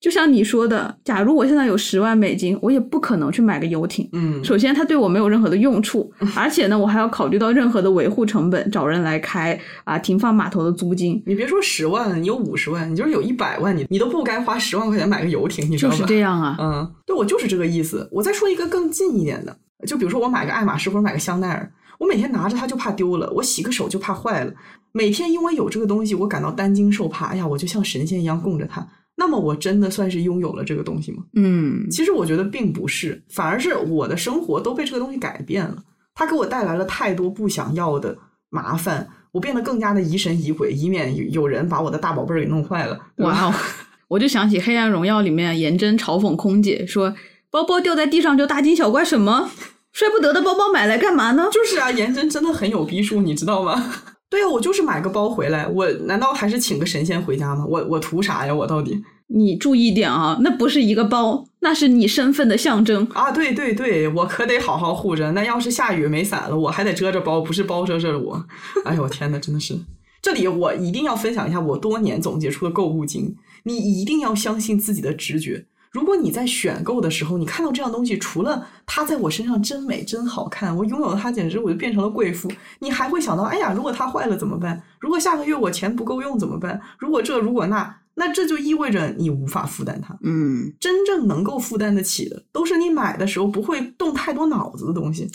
A: 就像你说的，假如我现在有十万美金，我也不可能去买个游艇。
B: 嗯，
A: 首先，它对我没有任何的用处，而且呢，我还要考虑到任何的维护成本，找人来开啊，停放码头的租金，
B: 你别说十万，你有五十万，你就是有一百万，你你都不该花十万块钱买个游艇，你知
A: 就
B: 道吧？
A: 是这样啊。
B: 嗯，对我就是这个意思。我再说一个更近一点的，就比如说我买个爱马仕或者买个香奈儿，我每天拿着它就怕丢了，我洗个手就怕坏了，每天因为有这个东西，我感到担惊受怕。哎呀，我就像神仙一样供着它。那么我真的算是拥有了这个东西吗？
A: 嗯，
B: 其实我觉得并不是，反而是我的生活都被这个东西改变了。它给我带来了太多不想要的麻烦，我变得更加的疑神疑鬼，以免有有人把我的大宝贝儿给弄坏了。对吧
A: 哇哦！我就想起《黑暗荣耀》里面颜真嘲讽空姐说：“包包掉在地上就大惊小怪什么？摔不得的包包买来干嘛呢
B: 就是啊，颜真真的很有逼数，你知道吗？对啊，我就是买个包回来，我难道还是请个神仙回家吗？我我图啥呀？我到底？”
A: 你注意点啊，那不是一个包，那是你身份的象征。
B: 啊，对对对，我可得好好护着。那要是下雨没伞了，我还得遮着包，不是包遮着我。哎呦，我天呐，真的是！这里我一定要分享一下我多年总结出的购物经。你一定要相信自己的直觉。如果你在选购的时候，你看到这样东西，除了它在我身上真美、真好看，我拥有它，简直我就变成了贵妇。你还会想到，哎呀，如果它坏了怎么办？如果下个月我钱不够用怎么办？如果这，如果那，那这就意味着你无法负担它。
A: 嗯，
B: 真正能够负担得起的，都是你买的时候不会动太多脑子的东西。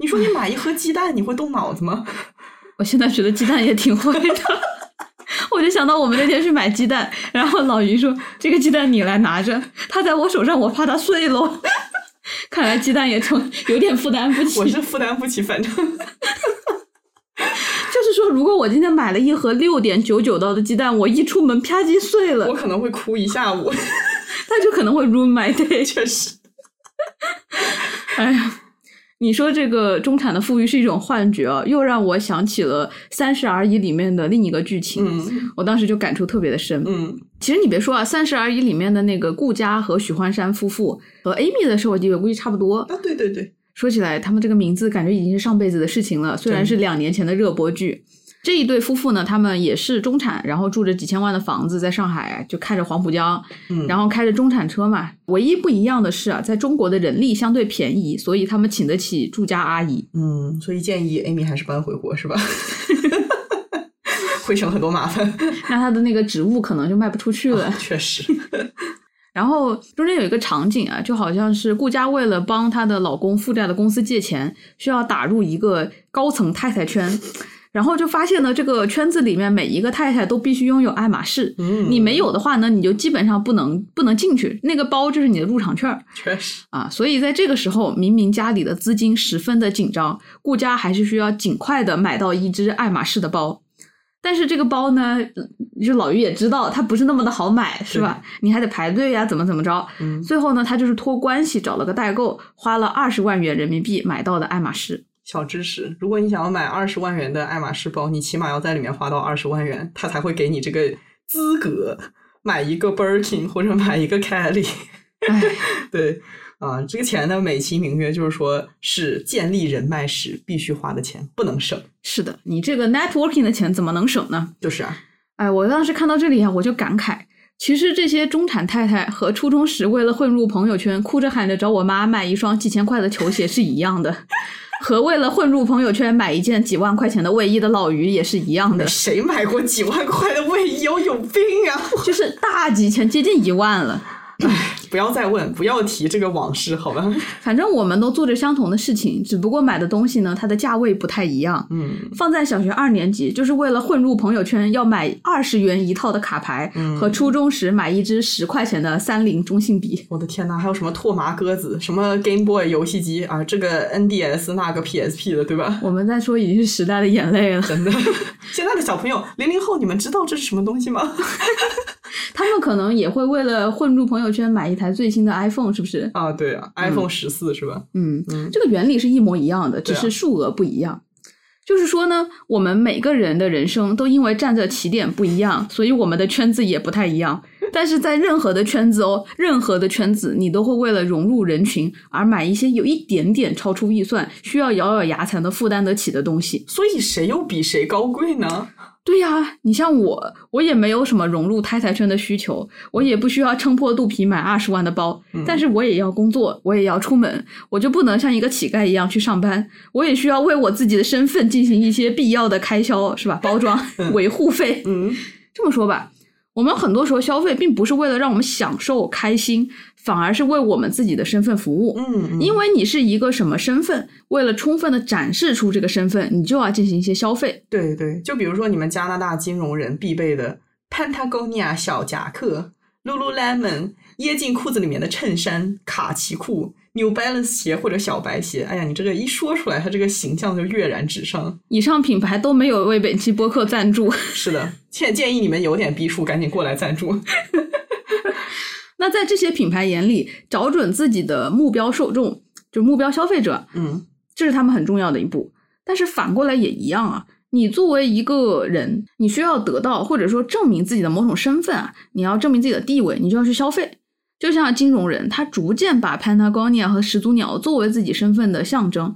B: 你说你买一盒鸡蛋，你会动脑子吗？
A: 我现在觉得鸡蛋也挺会的。 我就想到我们那天去买鸡蛋，然后老于说：“这个鸡蛋你来拿着，它在我手上，我怕它碎喽。” 看来鸡蛋也从有点负担不起。
B: 我是负担不起，反正
A: 就是说，如果我今天买了一盒六点九九刀的鸡蛋，我一出门啪叽碎了
B: 我，可能会哭一下午。
A: 它就可能会 ruin my day。
B: 确实，
A: 哎呀，你说这个中产的富裕是一种幻觉啊，又让我想起了《三十而已》里面的另一个剧情，
B: 嗯
A: 我当时就感触特别的深。
B: 嗯
A: 其实你别说啊，《三十而已》里面的那个顾佳和许幻山夫妇和 Amy 的设计，我估计差不多。
B: 啊，对对对，
A: 说起来，他们这个名字感觉已经是上辈子的事情了，虽然是两年前的热播剧。这一对夫妇呢，他们也是中产，然后住着几千万的房子，在上海就看着黄浦江，
B: 嗯，
A: 然后开着中产车嘛。唯一不一样的是啊，在中国的人力相对便宜，所以他们请得起住家阿姨。
B: 嗯，所以建议 Amy 还是搬回国是吧？ 会省很多麻烦，
A: 那他的那个植物可能就卖不出去了。
B: 确实，
A: 然后中间有一个场景啊，就好像是顾佳为了帮她的老公负债的公司借钱，需要打入一个高层太太圈，然后就发现了这个圈子里面每一个太太都必须拥有爱马仕。
B: 嗯，
A: 你没有的话呢，你就基本上不能不能进去，那个包就是你的入场券儿
B: 确实，
A: 啊。所以在这个时候，明明家里的资金十分的紧张，顾佳还是需要尽快的买到一只爱马仕的包。但是这个包呢，就老于也知道它不是那么的好买，是吧？你还得排队呀、怎么怎么着？
B: 嗯
A: 最后呢，他就是托关系找了个代购，花了二十万元人民币买到的爱马仕。
B: 小知识，如果你想要买二十万元的爱马仕包，你起码要在里面花到二十万元，他才会给你这个资格买一个 Birkin 或者买一个 Kelly。
A: 唉，
B: 对，啊，这个钱呢，美其名曰就是说是建立人脉时必须花的钱，不能省。
A: 是的，你这个 networking 的钱怎么能省呢？
B: 就是啊，，
A: 哎，我当时看到这里啊，我就感慨，其实这些中产太太和初中时为了混入朋友圈，哭着喊着找我妈买一双几千块的球鞋是一样的， 和为了混入朋友圈买一件几万块钱的卫衣的老于也是啊一样的
B: 谁买过几万块的卫衣？我有病啊！
A: 就是大几千，接近一万了。
B: 不要再问，不要提这个往事，好吧？
A: 反正我们都做着相同的事情，只不过买的东西呢，它的价位不太一样。
B: 嗯，
A: 放在小学二年级，就是为了混入朋友圈，要买二十元一套的卡牌，和初中时买一支十块钱的三菱中性笔。
B: 我的天呐，还有什么拓麻鸽子，什么 Game Boy 游戏机啊，这个 NDS 那个 PSP 的，对吧？
A: 我们在说已经是时代的眼泪了，
B: 真的，现在的小朋友，零零后，你们知道这是什么东西吗？
A: 他们可能也会为了混入朋友圈买一台最新的 iPhone，是不是？
B: 啊，对啊，iPhone 十四、是吧？
A: 嗯，
B: 嗯
A: 这个原理是一模一样的，只
B: 对啊
A: 是数额不一样。就是说呢，我们每个人的人生都因为站着起点不一样，所以我们的圈子也不太一样。但是在任何的圈子哦，任何的圈子，你都会为了融入人群而买一些有一点点超出预算、需要咬咬牙才能负担得起的东西。
B: 所以谁又比谁高贵呢？
A: 对呀、你像我，我也没有什么融入太太圈的需求，我也不需要撑破肚皮买二十万的包，
B: 嗯
A: 但是我也要工作，我也要出门，我就不能像一个乞丐一样去上班，我也需要为我自己的身份进行一些必要的开销，是吧？包 装、维护费，
B: 嗯，
A: 这么说吧，我们很多时候消费并不是为了让我们享受开心，反而是为我们自己的身份服务。
B: 嗯，
A: 因为你是一个什么身份，为了充分的展示出这个身份，你就要进行一些消费。
B: 对对，就比如说你们加拿大金融人必备的 Patagonia 小夹克、Lululemon 掖进裤子里面的衬衫、卡其裤、New Balance 鞋或者小白鞋。哎呀，你这个一说出来，它这个形象就跃然纸上。
A: 以上品牌都没有为本期播客赞助。
B: 是的，建建议你们有点逼数，赶紧过来赞助。
A: 那在这些品牌眼里，找准自己的目标受众，就是目标消费者，
B: 嗯
A: 这是他们很重要的一步。但是反过来也一样啊，你作为一个人，你需要得到或者说证明自己的某种身份啊，你要证明自己的地位，你就要去消费。就像金融人，他逐渐把 Patagonia 和始祖鸟作为自己身份的象征。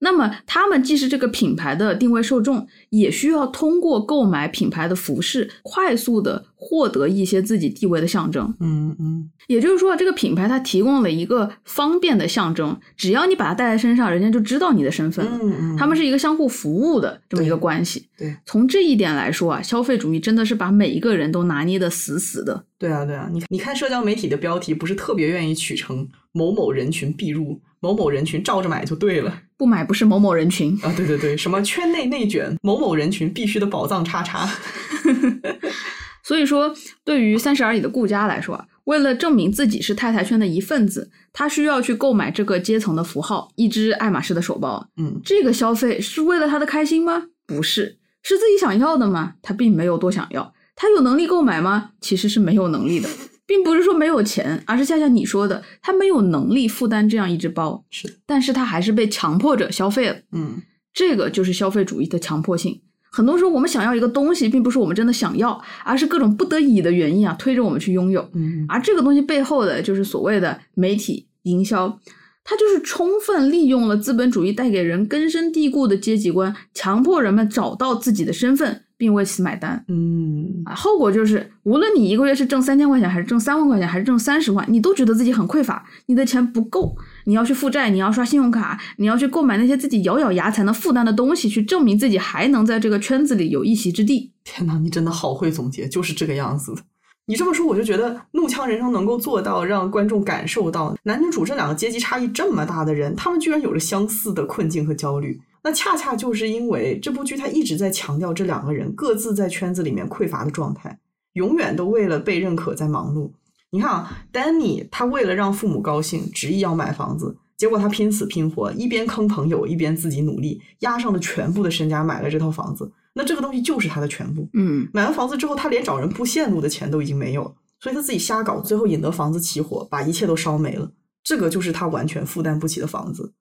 A: 那么，他们既是这个品牌的定位受众，也需要通过购买品牌的服饰，快速的获得一些自己地位的象征。
B: 嗯嗯，
A: 也就是说，这个品牌它提供了一个方便的象征，只要你把它带在身上，人家就知道你的身份了。
B: 嗯嗯，
A: 他们是一个相互服务的这么一个关系。
B: 对，
A: 从这一点来说啊，消费主义真的是把每一个人都拿捏的死死的。
B: 对啊对啊，你你看社交媒体的标题不是特别愿意取成某某人群必入，某某人群照着买就对了。
A: 不买不是某某人群，
B: 啊，对对对，什么圈内内卷，某某人群必须的宝藏叉叉。
A: 所以说对于三十而已的顾佳来说啊，为了证明自己是太太圈的一份子，她需要去购买这个阶层的符号，一只爱马仕的手包。
B: 嗯，
A: 这个消费是为了他的开心吗？不是，是自己想要的吗？他并没有多想要。他有能力购买吗？其实是没有能力的，并不是说没有钱，而是恰恰你说的，他没有能力负担这样一只包，
B: 是的，
A: 但是他还是被强迫着消费了。
B: 嗯
A: 这个就是消费主义的强迫性。很多时候，我们想要一个东西，并不是我们真的想要，而是各种不得已的原因啊，推着我们去拥有。
B: 嗯
A: 而这个东西背后的就是所谓的媒体营销，它就是充分利用了资本主义带给人根深蒂固的阶级观，强迫人们找到自己的身份，并为此买单。
B: 嗯，
A: 啊，后果就是，无论你一个月是挣三千块钱，还是挣三万块钱，还是挣三十万，你都觉得自己很匮乏，你的钱不够，你要去负债，你要刷信用卡，你要去购买那些自己咬咬牙才能负担的东西，去证明自己还能在这个圈子里有一席之地。
B: 天哪，你真的好会总结，就是这个样子的。你这么说，我就觉得《怒呛人生》能够做到让观众感受到男女主这两个阶级差异这么大的人，他们居然有着相似的困境和焦虑。那恰恰就是因为这部剧它一直在强调这两个人各自在圈子里面匮乏的状态，永远都为了被认可在忙碌。你看啊，丹尼他为了让父母高兴，执意要买房子，结果他拼死拼活，一边坑朋友，一边自己努力，押上了全部的身家买了这套房子。那这个东西就是他的全部。
A: 嗯，
B: 买完房子之后，他连找人布线路的钱都已经没有了，所以他自己瞎搞，最后引得房子起火，把一切都烧没了。这个就是他完全负担不起的房子。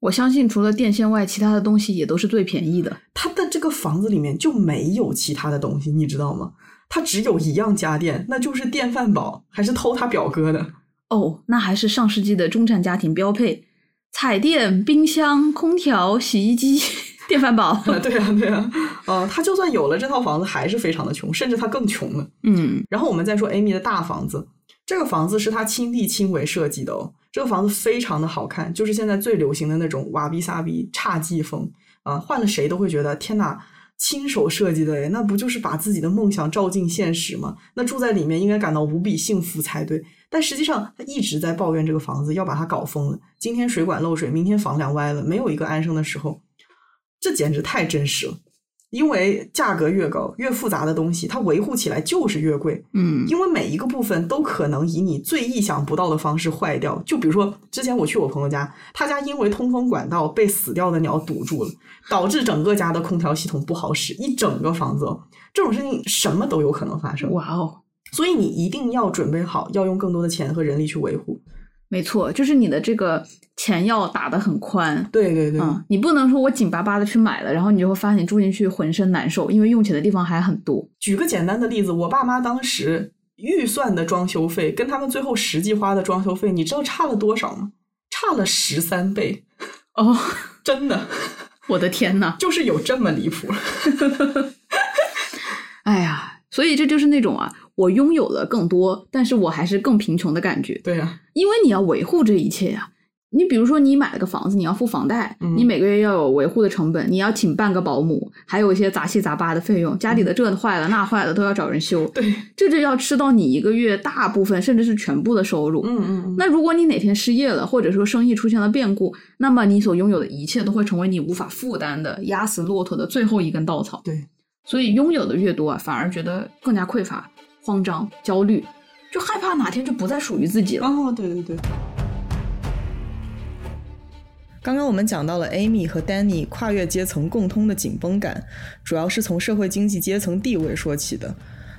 A: 我相信除了电线外，其他的东西也都是最便宜的。
B: 他的这个房子里面就没有其他的东西，你知道吗？他只有一样家电，那就是电饭煲，还是偷他表哥的。
A: 哦，那还是上世纪的中产家庭标配：彩电、冰箱、空调、洗衣机、 电饭煲。
B: 啊对啊，对啊， 呃，他就算有了这套房子，还是非常的穷，甚至他更穷了。
A: 嗯，
B: 然后我们再说 Amy 的大房子，这个房子是她亲力亲为设计的哦。这个房子非常的好看，就是现在最流行的那种瓦比萨比侘寂风啊、换了谁都会觉得天哪，亲手设计的诶，那不就是把自己的梦想照进现实吗？那住在里面应该感到无比幸福才对。但实际上，他一直在抱怨这个房子要把它搞疯了，今天水管漏水，明天房梁歪了，没有一个安生的时候，这简直太真实了。因为价格越高，越复杂的东西，它维护起来就是越贵。
A: 嗯，
B: 因为每一个部分都可能以你最意想不到的方式坏掉。就比如说，之前我去我朋友家，他家因为通风管道被死掉的鸟堵住了，导致整个家的空调系统不好使，一整个房子哦。这种事情什么都有可能发生，
A: 哇哦，
B: 所以你一定要准备好，要用更多的钱和人力去维护。
A: 没错，就是你的这个钱要打得很宽。
B: 对对对，
A: 嗯，你不能说我紧巴巴的去买了，然后你就会发现你住进去浑身难受，因为用起的地方还很多。
B: 举个简单的例子，我爸妈当时预算的装修费跟他们最后实际花的装修费，你知道差了多少吗？差了十三倍，
A: 哦，
B: 真的
A: 我的天呐！
B: 就是有这么离谱。
A: 哎所以这就是那种啊，我拥有了更多，但是我还是更贫穷的感觉。
C: 对啊呀、
A: 因为你要维护这一切呀、你比如说，你买了个房子，你要付房贷，
C: 嗯
A: 你每个月要有维护的成本，你要请半个保姆，还有一些杂七杂八的费用，家里的这坏了那坏了都要找人修，
C: 嗯对，
A: 这就要吃到你一个月大部分甚至是全部的收入。
C: 嗯嗯嗯，
A: 那如果你哪天失业了，或者说生意出现了变故，那么你所拥有的一切都会成为你无法负担的压死骆驼的最后一根稻草。
C: 对，
A: 所以拥有的越多啊，反而觉得更加匮乏、慌张、焦虑，就害怕哪天就不再属于自己了。
C: 哦，对对对，
B: 刚刚我们讲到了 Amy 和 Danny 跨越阶层共通的紧绷感，主要是从社会经济阶层地位说起的。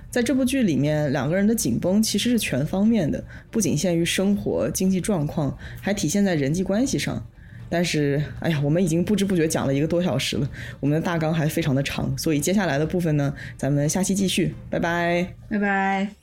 B: 在这部剧里面，两个人的紧绷其实是全方面的，不仅限于生活、经济状况，还体现在人际关系上。但是，哎呀，我们已经不知不觉讲了一个多小时了，我们的大纲还非常的长，所以接下来的部分呢，咱们下期继续，拜拜。
A: 拜拜。